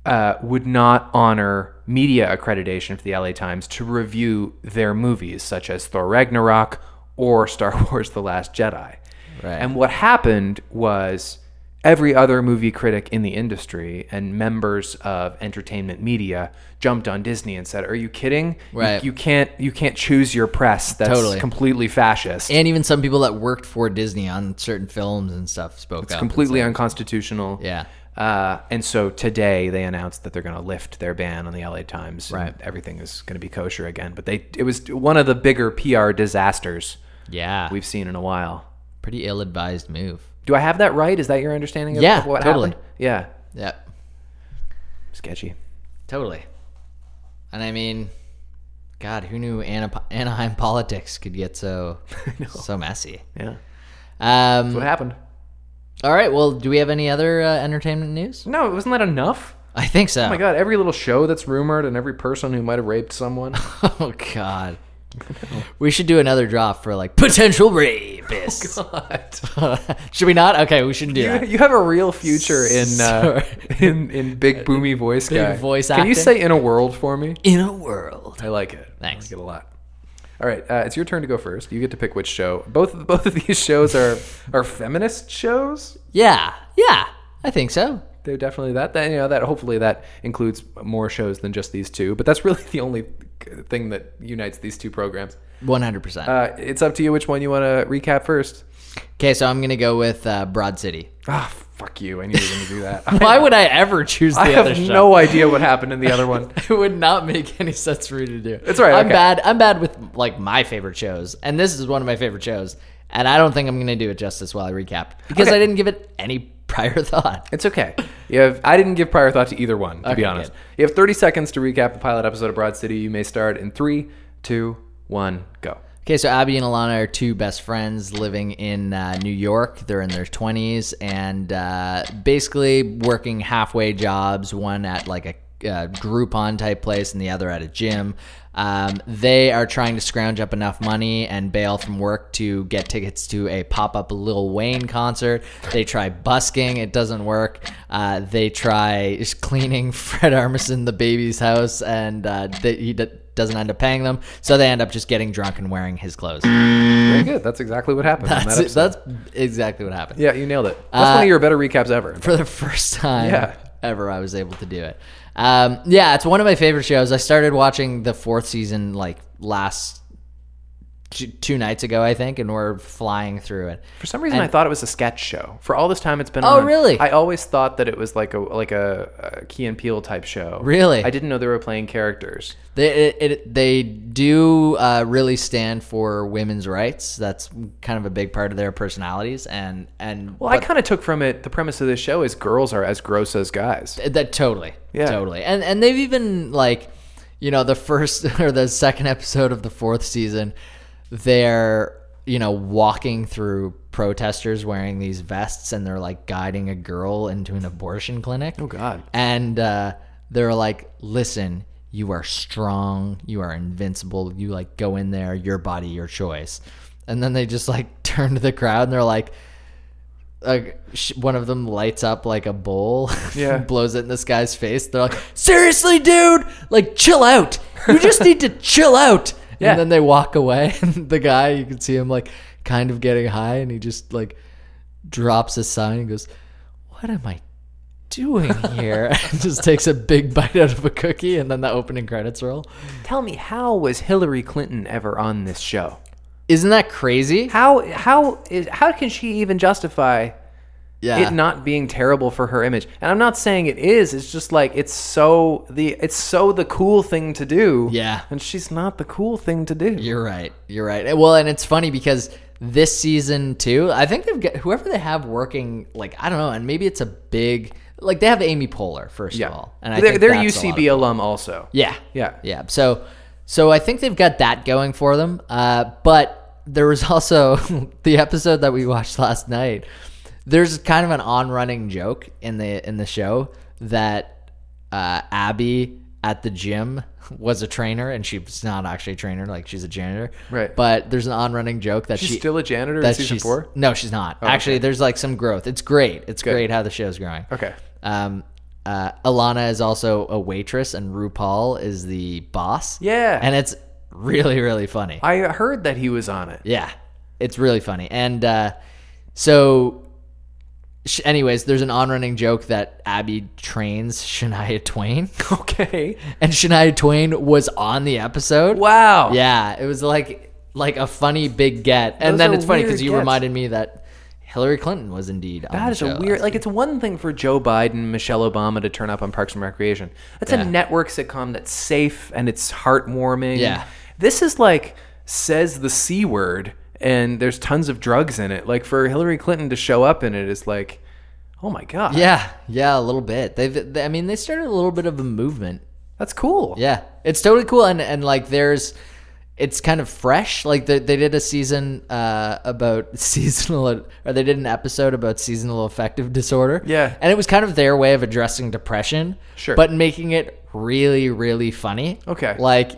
Speaker 1: uh, would not honor media accreditation for the LA Times to review their movies, such as Thor Ragnarok or Star Wars The Last Jedi.
Speaker 2: Right.
Speaker 1: And what happened was every other movie critic in the industry and members of entertainment media jumped on Disney and said, Are you kidding? You-
Speaker 2: Right.
Speaker 1: You, can't you can't choose your press that's
Speaker 2: Totally.
Speaker 1: completely fascist.
Speaker 2: And even some people that worked for Disney on certain films and stuff spoke up.
Speaker 1: completely unconstitutional.
Speaker 2: Yeah.
Speaker 1: Uh, and so today they announced that they're going to lift their ban on the LA Times. and
Speaker 2: Right.
Speaker 1: Everything is going to be kosher again. But they it was one of the bigger PR disasters
Speaker 2: Yeah.
Speaker 1: we've seen in a while.
Speaker 2: Pretty ill-advised move.
Speaker 1: Do I have that right? Is that your understanding of,
Speaker 2: Yeah,
Speaker 1: of what
Speaker 2: totally.
Speaker 1: happened? Yeah.
Speaker 2: Yep.
Speaker 1: Sketchy.
Speaker 2: Totally. And I mean, God, who knew Ana- Anaheim politics could get so so messy?
Speaker 1: Yeah. What
Speaker 2: Um,
Speaker 1: happened?
Speaker 2: all right. Well, do we have any other uh, entertainment news?
Speaker 1: No, wasn't that enough?
Speaker 2: I think so.
Speaker 1: Oh my god, every little show that's rumored and every person who might have raped someone.
Speaker 2: Oh God. we should do another drop for like potential rapists. should we not? Okay, we shouldn't do that.
Speaker 1: Oh, you have a real future in uh,
Speaker 2: Sorry.
Speaker 1: in in big boomy voice guy.
Speaker 2: voice
Speaker 1: Can you
Speaker 2: acting.
Speaker 1: say in a world for me?
Speaker 2: In a world.
Speaker 1: I like it. I
Speaker 2: Thanks.
Speaker 1: like it a lot. All right, uh, it's your turn to go first. You get to pick which show. Both both of these shows are are feminist shows.
Speaker 2: Yeah, yeah, I think so.
Speaker 1: They're definitely that. That you know that hopefully that includes more shows than just these two. But that's really the only thing that unites these two programs.
Speaker 2: One hundred percent.
Speaker 1: Uh, it's up to you which one you want to recap first.
Speaker 2: Okay, so I'm gonna go with uh, Broad City.
Speaker 1: Ah, fuck you! I knew you were going to do that.
Speaker 2: Why would I ever choose the
Speaker 1: I
Speaker 2: other
Speaker 1: have
Speaker 2: show?
Speaker 1: no idea what happened in the other one.
Speaker 2: it would not make any sense for me to do.
Speaker 1: It's all right,
Speaker 2: I'm
Speaker 1: okay.
Speaker 2: bad. I'm bad with like my favorite shows, and this is one of my favorite shows. And I don't think I'm gonna do it justice while I recap because
Speaker 1: Okay.
Speaker 2: I didn't give it any prior thought.
Speaker 1: It's okay. You have. I didn't give prior thought to either one. To
Speaker 2: Okay,
Speaker 1: be honest, you have 30 seconds to recap the pilot episode of Broad City. You may start in three, two, one, go.
Speaker 2: Okay, so Abby and Alana are two best friends living in uh, New York. They're in their 20s and uh, basically working halfway jobs, one at like a uh, Groupon type place and the other at a gym. Um, they are trying to scrounge up enough money and bail from work to get tickets to a pop up Lil Wayne concert. They try busking, it doesn't work. Uh, they try just cleaning Fred Armisen, the baby's house, and uh, they, he d- doesn't end up paying them. So they end up just getting drunk and wearing his clothes.
Speaker 1: Very good. That's exactly what happened. in
Speaker 2: That's,
Speaker 1: Mm, that
Speaker 2: it-
Speaker 1: episode.
Speaker 2: that's exactly what happened.
Speaker 1: yeah, you nailed it. That's one
Speaker 2: Uh,
Speaker 1: of your better recaps ever.
Speaker 2: For the first time
Speaker 1: Yeah.
Speaker 2: ever, I was able to do it. Um, yeah, it's one of my favorite shows. I started watching the fourth season like last t- two nights ago, I think, and we're flying through it.
Speaker 1: For some reason, I thought it was a sketch show. For all this time it's been
Speaker 2: Oh,
Speaker 1: on,
Speaker 2: really?
Speaker 1: I always thought that it was like a like a, a Key and Peele type show.
Speaker 2: Really?
Speaker 1: I didn't know they were playing characters.
Speaker 2: They it, it, they do uh, really stand for women's rights. That's kind of a big part of their personalities, and and
Speaker 1: Well, I kind of took from it the premise of this show is girls are as gross as guys.
Speaker 2: That totally,
Speaker 1: Yeah.
Speaker 2: totally, and and they've even like, you know, the first or the second episode of the fourth season, they're you know walking through protesters wearing these vests, and they're like guiding a girl into an abortion clinic. Oh
Speaker 1: God.
Speaker 2: And uh, they're like, listen. You are strong. You are invincible. You like go in there, your body, your choice. And then they just like turn to the crowd and they're like, like sh- one of them lights up like a bowl,
Speaker 1: Yeah.
Speaker 2: blows it in this guy's face. They're like, "Seriously, dude! Like, chill out. You just need to chill out."
Speaker 1: Yeah.
Speaker 2: And then they walk away, and the guy you can see him like kind of getting high, and he just like drops his sign and goes, "What am I doing here?" and just takes a big bite out of a cookie, and then the opening credits roll.
Speaker 1: Tell me, how was Hillary Clinton ever on this show?
Speaker 2: Isn't that crazy?
Speaker 1: How how is how can she even justify
Speaker 2: Yeah.
Speaker 1: it not being terrible for her image? And I'm not saying it is. It's just like it's so the it's so the cool thing to do.
Speaker 2: Yeah.
Speaker 1: And she's not the cool thing to do.
Speaker 2: You're right. You're right. Eh, Well, and it's funny because this season too, I think they've got whoever they have working. Like I don't know, and maybe it's a big like they have Amy Poehler first
Speaker 1: yeah.
Speaker 2: of all, and I
Speaker 1: they're
Speaker 2: think
Speaker 1: they're
Speaker 2: that's a lot of-
Speaker 1: UCB alum also.
Speaker 2: yeah,
Speaker 1: Yeah.
Speaker 2: yeah. So, so I think they've got that going for them. Uh, but there was also the episode that we watched last night. There's kind of an on-running joke in the in the show that uh, Abby at the gym was a trainer, and she's not actually a trainer; like she's a janitor.
Speaker 1: Right.
Speaker 2: But there's an on-running joke that
Speaker 1: She's
Speaker 2: she
Speaker 1: still a janitor in
Speaker 2: that
Speaker 1: season
Speaker 2: she's-
Speaker 1: four. Oh,
Speaker 2: No, she's not. actually, there's like some growth. It's great. It's great how the show's growing.
Speaker 1: Okay.
Speaker 2: Um, uh, Alana is also a waitress, and RuPaul is the boss.
Speaker 1: Yeah.
Speaker 2: and it's really really funny.
Speaker 1: I heard that he was on it.
Speaker 2: yeah, it's really funny. And uh, so, sh- anyways, there's an on-running joke that Abby trains Shania Twain,
Speaker 1: Okay.
Speaker 2: and Shania Twain was on the episode.
Speaker 1: Wow.
Speaker 2: Yeah, it was like like a funny big get, and
Speaker 1: Those
Speaker 2: then
Speaker 1: are
Speaker 2: it's funny
Speaker 1: weird
Speaker 2: because you
Speaker 1: gets.
Speaker 2: reminded me that Hillary Clinton was indeed. on
Speaker 1: That
Speaker 2: the
Speaker 1: is
Speaker 2: show
Speaker 1: a weird. Like, it's one thing for Joe Biden, Michelle Obama to turn up on Parks and Recreation. That's a network sitcom that's safe and it's heartwarming.
Speaker 2: Yeah.
Speaker 1: This is like says the c word and there's tons of drugs in it. Like for Hillary Clinton to show up in it is like, oh my god.
Speaker 2: Yeah, yeah, a little bit. They've, they, I mean, they started a little bit of a movement.
Speaker 1: That's cool.
Speaker 2: Yeah, it's totally cool, and and like there's, it's kind of fresh. Like they, they did a season uh, about seasonal, or they did an episode about seasonal affective disorder.
Speaker 1: Yeah.
Speaker 2: and it was kind of their way of addressing depression.
Speaker 1: Sure.
Speaker 2: but making it really, really funny.
Speaker 1: Okay.
Speaker 2: like,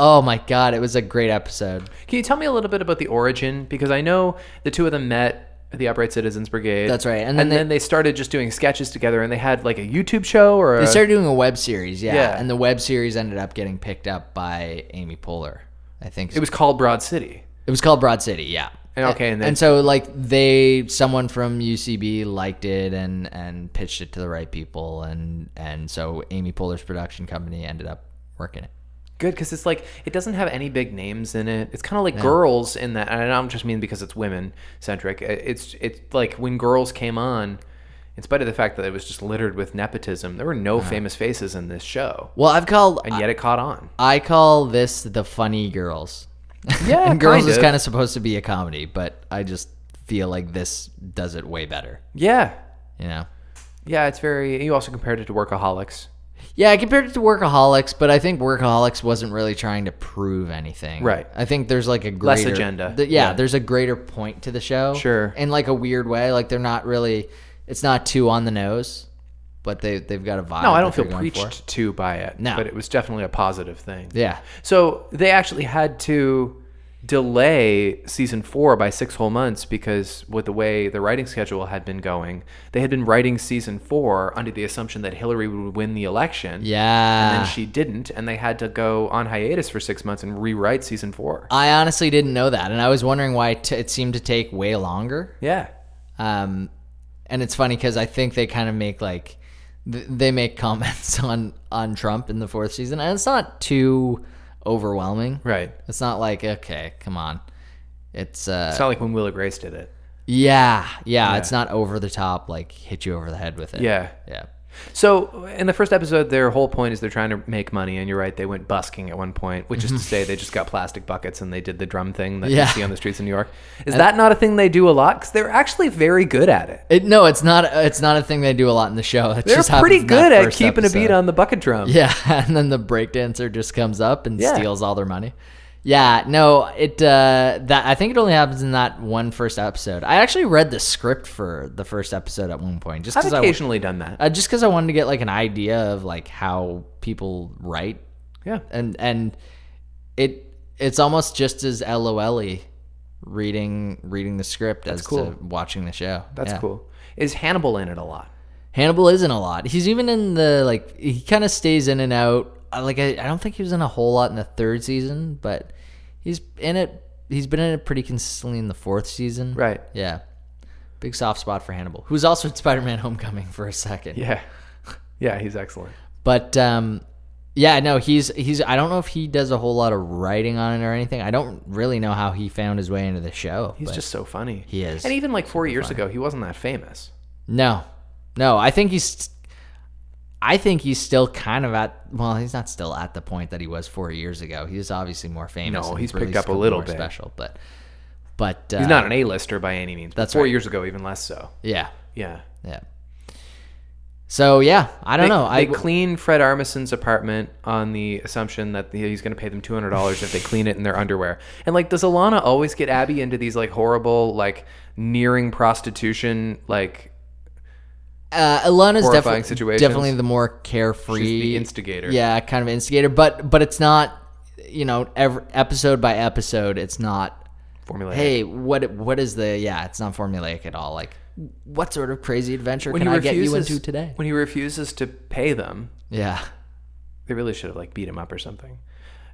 Speaker 2: oh my god, it was a great episode.
Speaker 1: Can you tell me a little bit about the origin? Because I know the two of them met at the Upright Citizens Brigade.
Speaker 2: That's right.
Speaker 1: And, then, they, started just doing sketches together and they had like a YouTube show or a,
Speaker 2: They started doing a web series, yeah,
Speaker 1: Yeah.
Speaker 2: and the web series ended up getting picked up by Amy Poehler. I think
Speaker 1: it was called Broad City.
Speaker 2: It was called Broad City, yeah.
Speaker 1: And okay, and then-
Speaker 2: so like they someone from UCB liked it and and pitched it to the right people and and so Amy Poehler's production company ended up working it.
Speaker 1: Good, because it's like it doesn't have any big names in it. It's kind of like girls in that, and I don't just mean because it's women centric. It's it's like when girls came on, in spite of the fact that it was just littered with nepotism, there were no
Speaker 2: Uh-huh.
Speaker 1: famous faces in this show,
Speaker 2: Well, I've called
Speaker 1: and yet it caught on.
Speaker 2: I call this the funny girls.
Speaker 1: Yeah,
Speaker 2: and girls
Speaker 1: kind
Speaker 2: is
Speaker 1: of.
Speaker 2: kind of supposed to be a comedy, but I just feel like this does it way better.
Speaker 1: Yeah,
Speaker 2: You know.
Speaker 1: yeah, it's very. You also compared it to Workaholics,
Speaker 2: Yeah, I compared it to Workaholics, but I think Workaholics wasn't really trying to prove anything.
Speaker 1: Right.
Speaker 2: I think there's like a greater
Speaker 1: Less agenda.
Speaker 2: th- yeah,
Speaker 1: Yeah.
Speaker 2: there's a greater point to the show.
Speaker 1: Sure.
Speaker 2: In like a weird way, like they're not really. It's not too on the nose, but they they've got a vibe.
Speaker 1: No, I
Speaker 2: that
Speaker 1: don't feel
Speaker 2: they're going for.
Speaker 1: preached to by it.
Speaker 2: No.
Speaker 1: but it was definitely a positive thing.
Speaker 2: Yeah.
Speaker 1: So they actually had to delay season four by six whole months because with the way the writing schedule had been going, they had been writing season four under the assumption that Hillary would win the election.
Speaker 2: Yeah.
Speaker 1: And she didn't, and they had to go on hiatus for six months and rewrite season four.
Speaker 2: I honestly didn't know that, and I was wondering why it, t- it seemed to take way longer.
Speaker 1: Yeah.
Speaker 2: Um, and it's funny because I think they kind of make like th- they make comments on on Trump in the fourth season, and it's not too overwhelming.
Speaker 1: Right.
Speaker 2: It's not like okay, come on. It's uh,
Speaker 1: It's not like when Willa Grace did it.
Speaker 2: yeah, yeah, It's not over the top, like hit you over the head with it.
Speaker 1: Yeah.
Speaker 2: yeah,
Speaker 1: So in the first episode, their whole point is they're trying to make money, and you're right, they went busking at one point, which is to say they just got plastic buckets and they did the drum thing that
Speaker 2: Yeah.
Speaker 1: you see on the streets in New York. Is that not a thing they do a lot? Because they're actually very good at it.
Speaker 2: It, no, it's not. It's not a thing they do a lot in the show. It
Speaker 1: They're
Speaker 2: just happens
Speaker 1: pretty
Speaker 2: in that
Speaker 1: good at
Speaker 2: first
Speaker 1: keeping a beat
Speaker 2: episode.
Speaker 1: on the bucket drum.
Speaker 2: Yeah, and then the breakdancer just comes up and
Speaker 1: Yeah.
Speaker 2: steals all their money. Yeah, no, it uh that I think it only happens in that one first episode. I actually read the script for the first episode at one point just
Speaker 1: I've
Speaker 2: cuz I
Speaker 1: occasionally done that.
Speaker 2: uh, just cuz I wanted to get like an idea of like how people write
Speaker 1: yeah.
Speaker 2: and and it it's almost just as LOL-y reading reading the script as
Speaker 1: cool.
Speaker 2: to watching the show.
Speaker 1: That's
Speaker 2: Yeah.
Speaker 1: cool. Is Hannibal in it a lot?
Speaker 2: Hannibal isn't a lot. He's even in the like he kind of stays in and out. Uh, Like I, I don't think he was in a whole lot in the third season, but he's in it. He's been in it pretty consistently in the fourth season.
Speaker 1: Right.
Speaker 2: Yeah. Big soft spot for Hannibal, who's also in Spider-Man: Homecoming for a second.
Speaker 1: Yeah. Yeah, he's excellent.
Speaker 2: But um, Yeah, no, he's he's. I don't know if he does a whole lot of writing on it or anything. I don't really know how he found his way into the show.
Speaker 1: He's
Speaker 2: but-
Speaker 1: just so funny.
Speaker 2: He is.
Speaker 1: And even like four years ago, he wasn't that famous.
Speaker 2: no, no. I think he's. I think he's still kind of at. Well, he's not still at the point that he was four years ago. He's obviously more famous.
Speaker 1: No,
Speaker 2: and
Speaker 1: he's picked
Speaker 2: released
Speaker 1: up a
Speaker 2: couple
Speaker 1: little
Speaker 2: more
Speaker 1: bit.
Speaker 2: Special, but but uh,
Speaker 1: He's not an A-lister by any means. but
Speaker 2: That's
Speaker 1: four
Speaker 2: right.
Speaker 1: years ago, even less so.
Speaker 2: Yeah,
Speaker 1: Yeah.
Speaker 2: yeah. So yeah, I don't
Speaker 1: They,
Speaker 2: know.
Speaker 1: they
Speaker 2: I
Speaker 1: clean Fred Armisen's apartment on the assumption that the- he's going to pay them two hundred dollars if they clean it in their underwear. And like, does Alana always get Abby into these like horrible, like nearing prostitution, like
Speaker 2: uh, Alana's
Speaker 1: horrifying
Speaker 2: definitely
Speaker 1: situations.
Speaker 2: definitely the more carefree
Speaker 1: She's the instigator.
Speaker 2: Yeah, kind of instigator, but but it's not. You know, every episode by episode, it's not
Speaker 1: formula?
Speaker 2: hey, what what is the yeah? It's not formulaic at all. Like, what sort of crazy adventure
Speaker 1: when
Speaker 2: can
Speaker 1: he
Speaker 2: I get
Speaker 1: refuses
Speaker 2: you into today?
Speaker 1: when he refuses to pay them,
Speaker 2: yeah,
Speaker 1: they really should have like beat him up or something.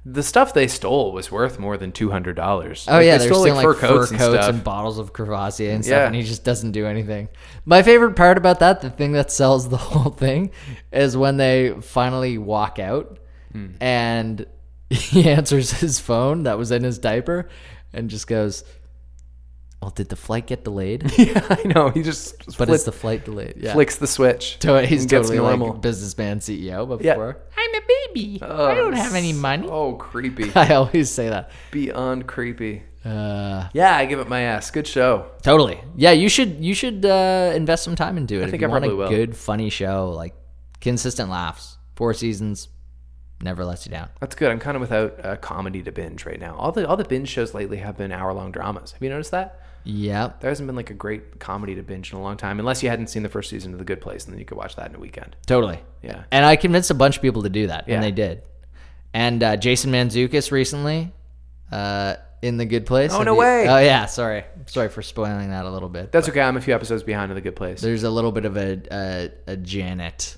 Speaker 1: The stuff they stole was worth more than two hundred dollars.
Speaker 2: oh yeah, they're stealing like, fur coats, and,
Speaker 1: stuff.
Speaker 2: bottles of Crevassier and stuff,
Speaker 1: Yeah.
Speaker 2: and he just doesn't do anything. My favorite part about that, the thing that sells the whole thing, is when they finally walk out
Speaker 1: Hmm.
Speaker 2: and he answers his phone that was in his diaper and just goes, "Well, did the flight get delayed?"
Speaker 1: yeah, I know. He just
Speaker 2: But
Speaker 1: flips,
Speaker 2: is the flight delayed? Yeah.
Speaker 1: flicks the switch.
Speaker 2: So he's
Speaker 1: and gets
Speaker 2: totally like businessman CEO before. I'm a baby.
Speaker 1: Oh,
Speaker 2: I don't have any money.
Speaker 1: Oh, creepy.
Speaker 2: I always say that.
Speaker 1: Beyond creepy.
Speaker 2: Uh,
Speaker 1: Yeah, I give it my ass. Good show.
Speaker 2: totally. Yeah, you should you should uh, invest some time into it. I
Speaker 1: think
Speaker 2: you
Speaker 1: I
Speaker 2: want
Speaker 1: probably will.
Speaker 2: a good funny show, like consistent laughs, four seasons, never lets you down.
Speaker 1: That's good. I'm kind of without a comedy to binge right now. All the all the binge shows lately have been hour long dramas. Have you noticed that?
Speaker 2: Yep.
Speaker 1: There hasn't been like a great comedy to binge in a long time, unless you hadn't seen the first season of The Good Place, and then you could watch that in a weekend.
Speaker 2: Totally.
Speaker 1: Yeah.
Speaker 2: And I convinced a bunch of people to do that,
Speaker 1: Yeah.
Speaker 2: and they did. And uh, Jason Manzukis recently, uh, in the Good Place.
Speaker 1: Oh,
Speaker 2: Have
Speaker 1: no
Speaker 2: you-
Speaker 1: way.
Speaker 2: Oh yeah. Sorry. Sorry for spoiling that a little bit.
Speaker 1: That's okay. I'm a few episodes behind in The Good Place.
Speaker 2: There's a little bit of a a, a Janet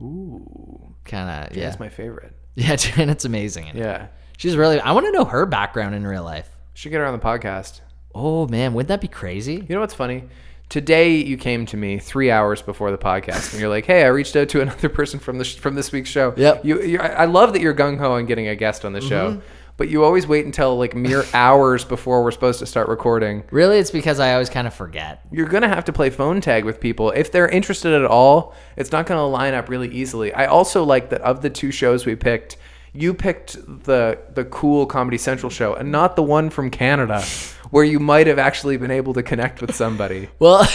Speaker 1: Ooh,
Speaker 2: kind of yeah
Speaker 1: that's my favorite.
Speaker 2: yeah Janet's amazing. in it.
Speaker 1: Yeah,
Speaker 2: She's really I want to know her background in real life.
Speaker 1: should get her on the podcast.
Speaker 2: Oh man, wouldn't that be crazy?
Speaker 1: You know what's funny? Today you came to me three hours before the podcast, and you're like, "Hey, I reached out to another person from the sh- from this week's show."
Speaker 2: Yep.
Speaker 1: You, you I I love that you're gung ho on getting a guest on the show, but you always wait until like mere hours before we're supposed to start recording.
Speaker 2: Really, it's because I always kind of forget.
Speaker 1: You're gonna have to play phone tag with people if they're interested at all. It's not gonna line up really easily. I also like that of the two shows we picked, you picked the the cool Comedy Central show and not the one from Canada, where you might have actually been able to connect with somebody.
Speaker 2: Well,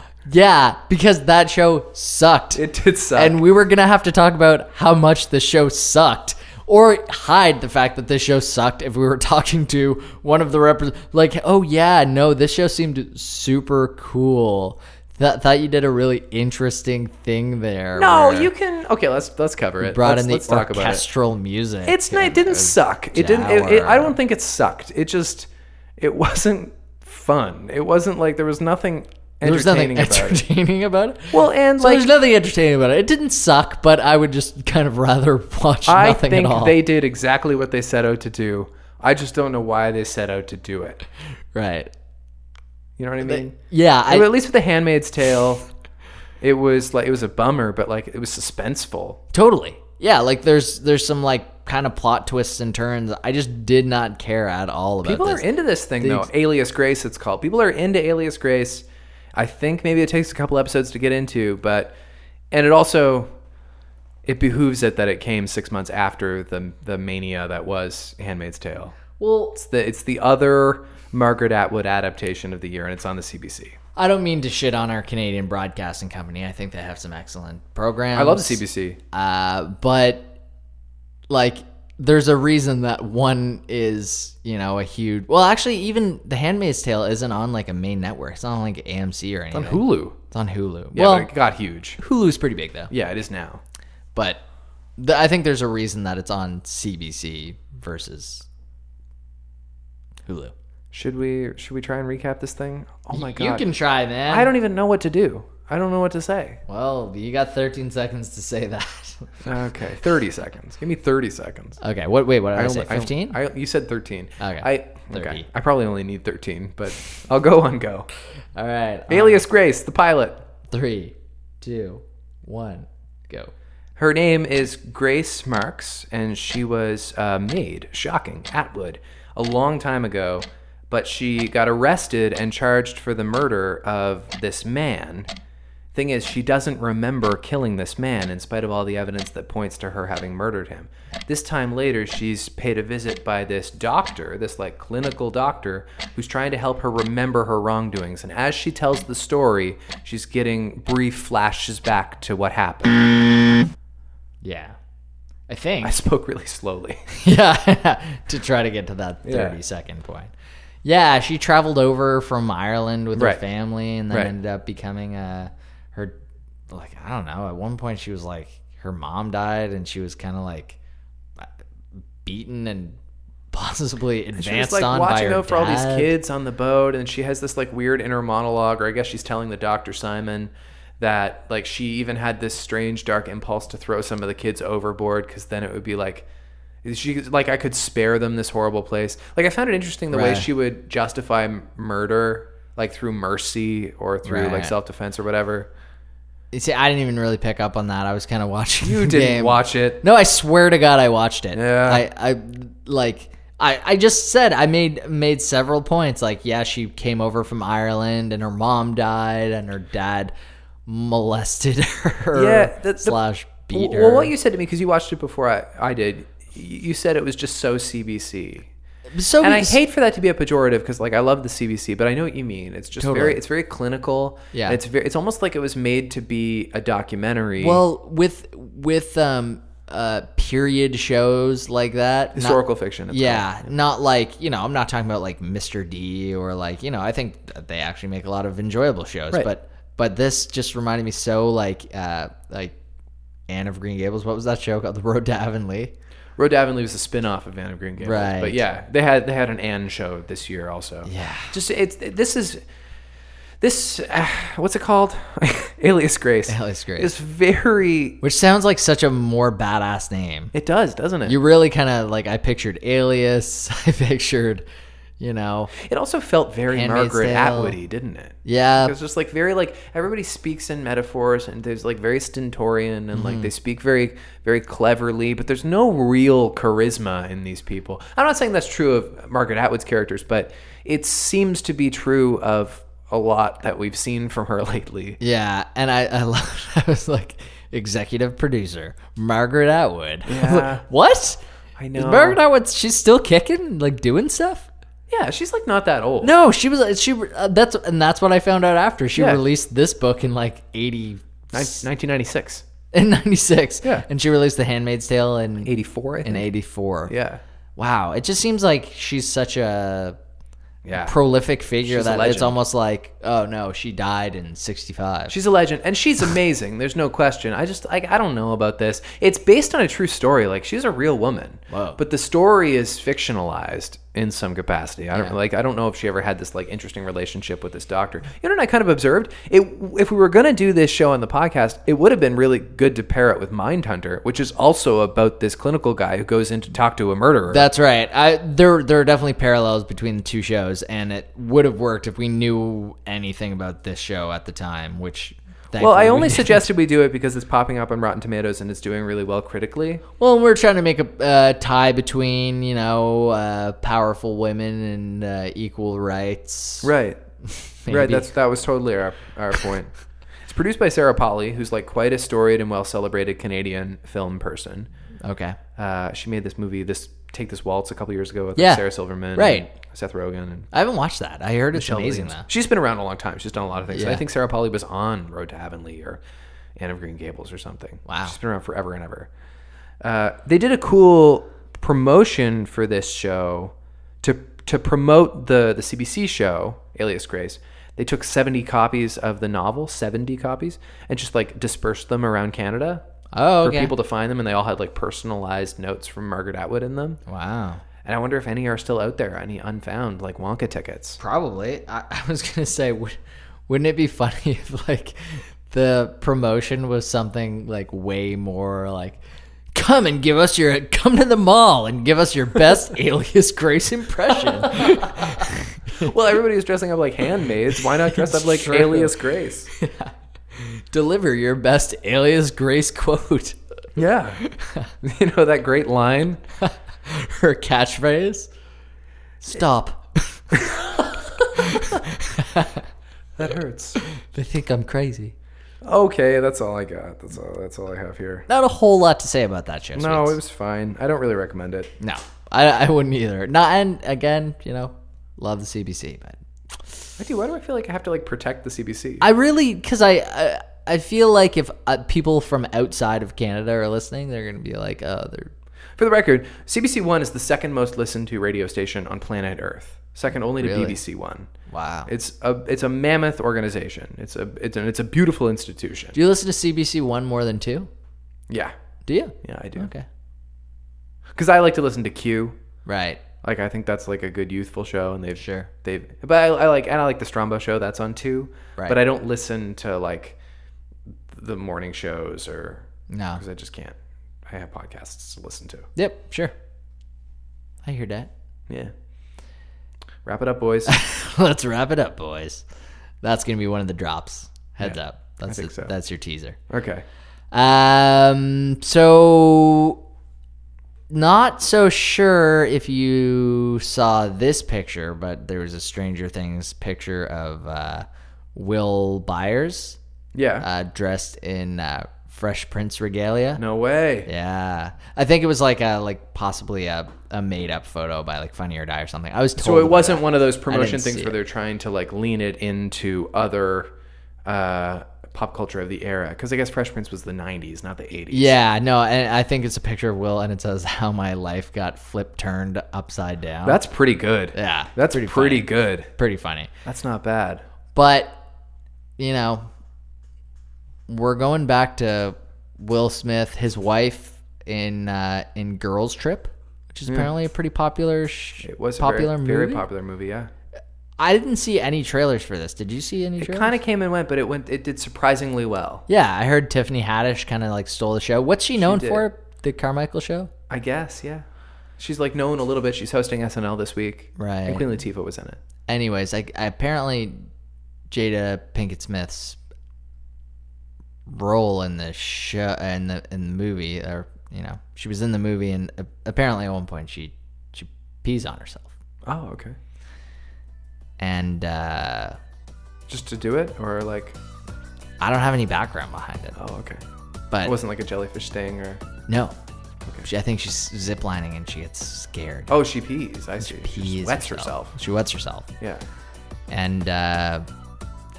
Speaker 2: yeah, because that show sucked,
Speaker 1: It did suck.
Speaker 2: and we were gonna have to talk about how much the show sucked. Or hide the fact that this show sucked if we were talking to one of the repres like, oh yeah, no, this show seemed super cool. Th- thought you did a really interesting thing there.
Speaker 1: No,
Speaker 2: where-
Speaker 1: you can. Okay, let's let's cover it.
Speaker 2: brought
Speaker 1: let's,
Speaker 2: in the
Speaker 1: let's talk about it.
Speaker 2: orchestral music.
Speaker 1: It's not, it didn't suck. It didn't. It, it, I don't think it sucked. It just it wasn't fun. It wasn't like there was nothing
Speaker 2: there was
Speaker 1: entertaining
Speaker 2: nothing
Speaker 1: about it.
Speaker 2: entertaining about it.
Speaker 1: Well, and
Speaker 2: So
Speaker 1: like
Speaker 2: there's nothing entertaining about it. It didn't suck, but I would just kind of rather watch
Speaker 1: I
Speaker 2: nothing
Speaker 1: think
Speaker 2: at all.
Speaker 1: they did exactly what they set out to do. I just don't know why they set out to do it.
Speaker 2: right?
Speaker 1: You know what I mean?
Speaker 2: Yeah, I,
Speaker 1: at least with The Handmaid's Tale, it was like it was a bummer, but like it was suspenseful.
Speaker 2: totally. Yeah, like there's there's some like kind of plot twists and turns. I just did not care at all about
Speaker 1: People
Speaker 2: this.
Speaker 1: are into this thing though. Alias Grace, it's called. People are into Alias Grace. I think maybe it takes a couple episodes to get into, but and it also it behooves it that it came six months after the the mania that was Handmaid's Tale.
Speaker 2: well,
Speaker 1: It's the it's the other Margaret Atwood adaptation of the year, and it's on the CBC.
Speaker 2: I don't mean to shit on our Canadian broadcasting company. I think they have some excellent programs.
Speaker 1: I love the CBC.
Speaker 2: Uh, but like there's a reason that one is you know a huge well actually even the handmaid's tale isn't on like a main network it's not on like amc or anything
Speaker 1: On Hulu.
Speaker 2: it's on hulu
Speaker 1: Yeah,
Speaker 2: well
Speaker 1: but it got huge.
Speaker 2: hulu's pretty big though
Speaker 1: Yeah, it is now.
Speaker 2: but th- i think there's a reason that it's on cbc versus hulu
Speaker 1: Should we should we try and recap this thing? Oh my god.
Speaker 2: you can try man
Speaker 1: I don't even know what to do. I don't know what to say.
Speaker 2: well you got 13 seconds to say that
Speaker 1: Okay, thirty seconds. Give me thirty seconds.
Speaker 2: okay what wait what did i,
Speaker 1: only-
Speaker 2: say 15
Speaker 1: I, you said thirteen.
Speaker 2: Okay,
Speaker 1: I okay.
Speaker 2: 30.
Speaker 1: I probably only need thirteen, but I'll go on go.
Speaker 2: all right
Speaker 1: Alias Grace, the pilot.
Speaker 2: three two one go
Speaker 1: Her name is Grace Marks, and she was uh, maid, shocking, Atwood, a long time ago. But she got arrested and charged for the murder of this man. Thing is, she doesn't remember killing this man in spite of all the evidence that points to her having murdered him. This time later, she's paid a visit by this doctor, this like clinical doctor, who's trying to help her remember her wrongdoings. And as she tells the story, she's getting brief flashes back to what happened.
Speaker 2: Yeah. I think.
Speaker 1: I spoke really slowly.
Speaker 2: yeah. to try to get to that thirty-second point. Yeah, she traveled over from Ireland with
Speaker 1: Right.
Speaker 2: her family and then
Speaker 1: Right.
Speaker 2: ended up becoming uh her like I don't know, at one point she was like her mom died and she was kind of like beaten and possibly advanced
Speaker 1: She was like
Speaker 2: on by
Speaker 1: watching
Speaker 2: her
Speaker 1: over all these
Speaker 2: dad.
Speaker 1: kids on the boat, and she has this like weird inner monologue, or I guess she's telling the doctor Simon that like she even had this strange dark impulse to throw some of the kids overboard because then it would be like she like I could spare them this horrible place. Like I found it interesting the way
Speaker 2: Right.
Speaker 1: she would justify m- murder like through mercy or through like
Speaker 2: Right.
Speaker 1: self defense or whatever.
Speaker 2: You See, I didn't even really pick up on that. I was kind of watching.
Speaker 1: You
Speaker 2: the
Speaker 1: didn't
Speaker 2: game.
Speaker 1: watch it.
Speaker 2: No, I swear to God, I watched it.
Speaker 1: Yeah.
Speaker 2: I, I like. I, I just said I made made several points. Like, yeah, she came over from Ireland, and her mom died, and her dad molested her.
Speaker 1: Yeah, the- the-
Speaker 2: slash beat her.
Speaker 1: Well, what you said to me because you watched it before I, I did, y- you said it was just so CBC.
Speaker 2: so
Speaker 1: and I hate for that to be a pejorative because like I love the CBC, but I know what you mean. It's just
Speaker 2: Totally.
Speaker 1: very it's very clinical.
Speaker 2: Yeah.
Speaker 1: and it's very it's almost like it was made to be a documentary.
Speaker 2: Well, with with um uh period shows like that, not-
Speaker 1: historical fiction. it's
Speaker 2: Yeah, not like you know. I'm not talking about like Mr. D or like you know. I think that they actually make a lot of enjoyable shows,
Speaker 1: Right.
Speaker 2: but but this just reminded me so like uh like Anne of Green Gables. What was that show called? The Road to Avonlea.
Speaker 1: called. Road to Avonlea was a spin-off of Anne of Green Gables.
Speaker 2: Right.
Speaker 1: But yeah, they had they had an Anne show this year also.
Speaker 2: Yeah.
Speaker 1: Just it's this is this uh, what's it called? Alias Grace.
Speaker 2: Alias Grace.
Speaker 1: It's very
Speaker 2: Which sounds like such a more badass name.
Speaker 1: it does, doesn't it?
Speaker 2: You really kind of like I pictured Alias. I pictured, you know,
Speaker 1: it also felt very
Speaker 2: Handmaid's
Speaker 1: Margaret
Speaker 2: Tale.
Speaker 1: Atwoody, didn't it?
Speaker 2: yeah,
Speaker 1: It's just like very like everybody speaks in metaphors and there's like very stentorian and like they speak very very cleverly, but there's no real charisma in these people. I'm not saying that's true of Margaret Atwood's characters, but it seems to be true of a lot that we've seen from her lately.
Speaker 2: Yeah, and I I, loved, I was like executive producer Margaret Atwood.
Speaker 1: Yeah.
Speaker 2: what?
Speaker 1: I
Speaker 2: Is
Speaker 1: know.
Speaker 2: Margaret Atwood she's still kicking, like doing stuff?
Speaker 1: Yeah, she's like not that old.
Speaker 2: No, she was she uh, that's and that's what I found out after she
Speaker 1: Yeah.
Speaker 2: released this book in like 80
Speaker 1: Nin- 1996,
Speaker 2: in 96.
Speaker 1: Yeah.
Speaker 2: And she released The Handmaid's Tale in
Speaker 1: 84, I
Speaker 2: in
Speaker 1: think.
Speaker 2: 84.
Speaker 1: Yeah.
Speaker 2: Wow, it just seems like she's such a
Speaker 1: Yeah.
Speaker 2: prolific figure
Speaker 1: She's a
Speaker 2: that it's
Speaker 1: legend.
Speaker 2: almost like, oh no, she died in 65.
Speaker 1: She's a legend, and she's amazing. There's no question. I just like I don't know about this. It's based on a true story. Like she's a real woman,
Speaker 2: Whoa.
Speaker 1: but the story is fictionalized in some capacity. I don't like. I don't know if she ever had this like interesting relationship with this doctor. You know what I kind of observed? It if we were gonna do this show on the podcast, it would have been really good to pair it with Mindhunter, which is also about this clinical guy who goes in to talk to a murderer.
Speaker 2: That's right. I there there are definitely parallels between the two shows, and it would have worked if we knew anything about this show at the time. Which
Speaker 1: well,
Speaker 2: thankfully
Speaker 1: I
Speaker 2: we
Speaker 1: only
Speaker 2: did.
Speaker 1: suggested we do it because it's popping up on Rotten Tomatoes and it's doing really well critically.
Speaker 2: well, and we're trying to make a uh, tie between you know uh, powerful women and uh, equal rights.
Speaker 1: Right. Right.
Speaker 2: Maybe.
Speaker 1: That's that was totally our our point. it's produced by Sarah Polly, who's like quite a storied and well celebrated Canadian film person.
Speaker 2: Okay.
Speaker 1: Uh, she made this movie, this Take This Waltz, a couple years ago with
Speaker 2: Yeah.
Speaker 1: Sarah Silverman,
Speaker 2: Right.
Speaker 1: and Seth Rogen, and
Speaker 2: I haven't watched that. I heard it's
Speaker 1: Michelle
Speaker 2: amazing
Speaker 1: Williams. She's been around a long time. She's done a lot of things. And I
Speaker 2: Yeah.
Speaker 1: think Sarah Polly was on Road to Avonlea or Anne of Green Gables or something.
Speaker 2: Wow.
Speaker 1: She's been around forever and ever. Uh, they did a cool promotion for this show to to promote the the CBC show Alias Grace. They took 70 copies of the novel, 70 copies, and just like dispersed them around Canada
Speaker 2: though. Oh,
Speaker 1: for
Speaker 2: okay.
Speaker 1: people to find them and they all had like personalized notes from Margaret Atwood in them.
Speaker 2: wow.
Speaker 1: And I wonder if any are still out there, any unfound like Wonka tickets.
Speaker 2: Probably. I, I was gonna say, would, wouldn't it be funny if like the promotion was something like way more like, come and give us your come to the mall and give us your best Alias Grace impression.
Speaker 1: Well, everybody was dressing up like handmaids. Why not dress up like
Speaker 2: True.
Speaker 1: Alias Grace?
Speaker 2: Deliver your best Alias Grace quote.
Speaker 1: Yeah. you know that great line?
Speaker 2: Her catchphrase? Stop.
Speaker 1: That hurts.
Speaker 2: they think I'm crazy.
Speaker 1: Okay, that's all I got. That's all that's all I have here.
Speaker 2: Not a whole lot to say about that show.
Speaker 1: No,
Speaker 2: Sweets.
Speaker 1: it was fine. I don't really recommend it.
Speaker 2: no, I, I wouldn't either. Not and again, you know, love the CBC, but
Speaker 1: I do. Why do I feel like I have to like protect the CBC?
Speaker 2: I really because I, I I feel like if uh, people from outside of Canada are listening, they're gonna be like, oh, they're
Speaker 1: For the record, CBC One is the second most listened to radio station on planet Earth, second only to
Speaker 2: Really?
Speaker 1: BBC One.
Speaker 2: wow.
Speaker 1: It's a it's a mammoth organization. It's a it's an, it's a beautiful institution.
Speaker 2: do you listen to CBC One more than two?
Speaker 1: Yeah,
Speaker 2: Do you?
Speaker 1: yeah, I do.
Speaker 2: Okay,
Speaker 1: Because I like to listen to Q.
Speaker 2: right,
Speaker 1: Like I think that's like a good youthful show, and they've
Speaker 2: sure.
Speaker 1: they've. But I, I like and I like the Strombo show. That's on two.
Speaker 2: Right.
Speaker 1: But I don't listen to like the morning shows or
Speaker 2: No.
Speaker 1: because I just can't. I have podcasts to listen to.
Speaker 2: Yep, sure. I hear that.
Speaker 1: Yeah. Wrap it up, boys.
Speaker 2: Let's wrap it up, boys. That's gonna be one of the drops. Heads
Speaker 1: Yeah,
Speaker 2: up. That's
Speaker 1: think
Speaker 2: it-
Speaker 1: so.
Speaker 2: that's your teaser.
Speaker 1: okay.
Speaker 2: Um, so not so sure if you saw this picture, but there was a Stranger Things picture of uh, Will Byers
Speaker 1: Yeah.
Speaker 2: uh, dressed in uh, Fresh Prince regalia.
Speaker 1: no way.
Speaker 2: Yeah, I think it was like a like possibly a, a made up photo by like Funny or Die or something. I was told
Speaker 1: So it
Speaker 2: about
Speaker 1: wasn't one of those promotion
Speaker 2: see
Speaker 1: things where
Speaker 2: it.
Speaker 1: they're trying to like lean it into other uh, pop culture of the era. Because I guess Fresh Prince was the '90s, not the '80s.
Speaker 2: Yeah, no, and I think it's a picture of Will, and it says how my life got flip turned upside down.
Speaker 1: that's pretty good.
Speaker 2: Yeah,
Speaker 1: that's pretty,
Speaker 2: pretty
Speaker 1: good.
Speaker 2: pretty funny.
Speaker 1: That's not bad.
Speaker 2: But you know, we're going back to Will Smith, his wife in uh, in Girls Trip, which is apparently a pretty popular. Sh-
Speaker 1: Hmm. It was
Speaker 2: popular
Speaker 1: a very, very
Speaker 2: movie?
Speaker 1: popular movie. Yeah,
Speaker 2: I didn't see any trailers for this. Did you see any
Speaker 1: it
Speaker 2: trailers?
Speaker 1: kind of came and went, but it went. It did surprisingly well.
Speaker 2: yeah, I heard Tiffany Haddish kind of like stole the show. What's she known
Speaker 1: did.
Speaker 2: for? The Carmichael Show.
Speaker 1: I guess. Yeah, she's like known a little bit. She's hosting SNL this week.
Speaker 2: Right.
Speaker 1: And Queen Latifah was in it.
Speaker 2: anyways, I, I apparently Jada Pinkett Smith's role in the show in the in the movie, or you know, she was in the movie, and a- apparently at one point she she pees on herself,
Speaker 1: Oh, okay.
Speaker 2: and uh,
Speaker 1: Just to do it, or like,
Speaker 2: I don't have any background behind it,
Speaker 1: oh, okay.
Speaker 2: but
Speaker 1: It wasn't like a jellyfish sting or.
Speaker 2: no. She, I think she's ziplining and she gets scared.
Speaker 1: Oh, she pees. I see. She
Speaker 2: Pees
Speaker 1: just wets herself.
Speaker 2: She wets herself.
Speaker 1: Yeah.
Speaker 2: And uh,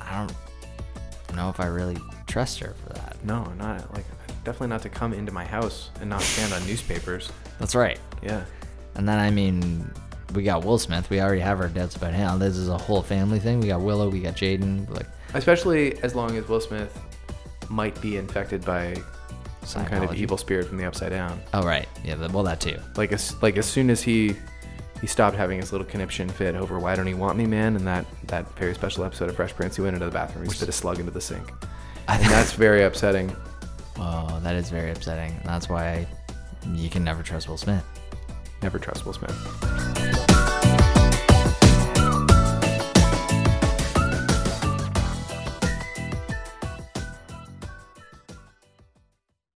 Speaker 2: I don't know if I really trust her for that.
Speaker 1: No, not like definitely not to come into my house and not stand on newspapers.
Speaker 2: That's right.
Speaker 1: Yeah.
Speaker 2: And then I mean, we got Will Smith. We already have our doubts about him. This is a whole family thing. We got Willow. We got Jaden. Like
Speaker 1: Especially as long as Will Smith might be infected by some kind of
Speaker 2: Scientology.
Speaker 1: evil spirit from the upside down.
Speaker 2: Oh right. Yeah. the- Well, that too.
Speaker 1: Like as like as soon as he he stopped having his little conniption fit over why don't he want me man and that that very special episode of Fresh Prince he went into the bathroom he spit a slug into the sink.
Speaker 2: I
Speaker 1: And that's very upsetting.
Speaker 2: Oh, that is very upsetting. That's why you can never trust Will Smith.
Speaker 1: Never trust Will Smith.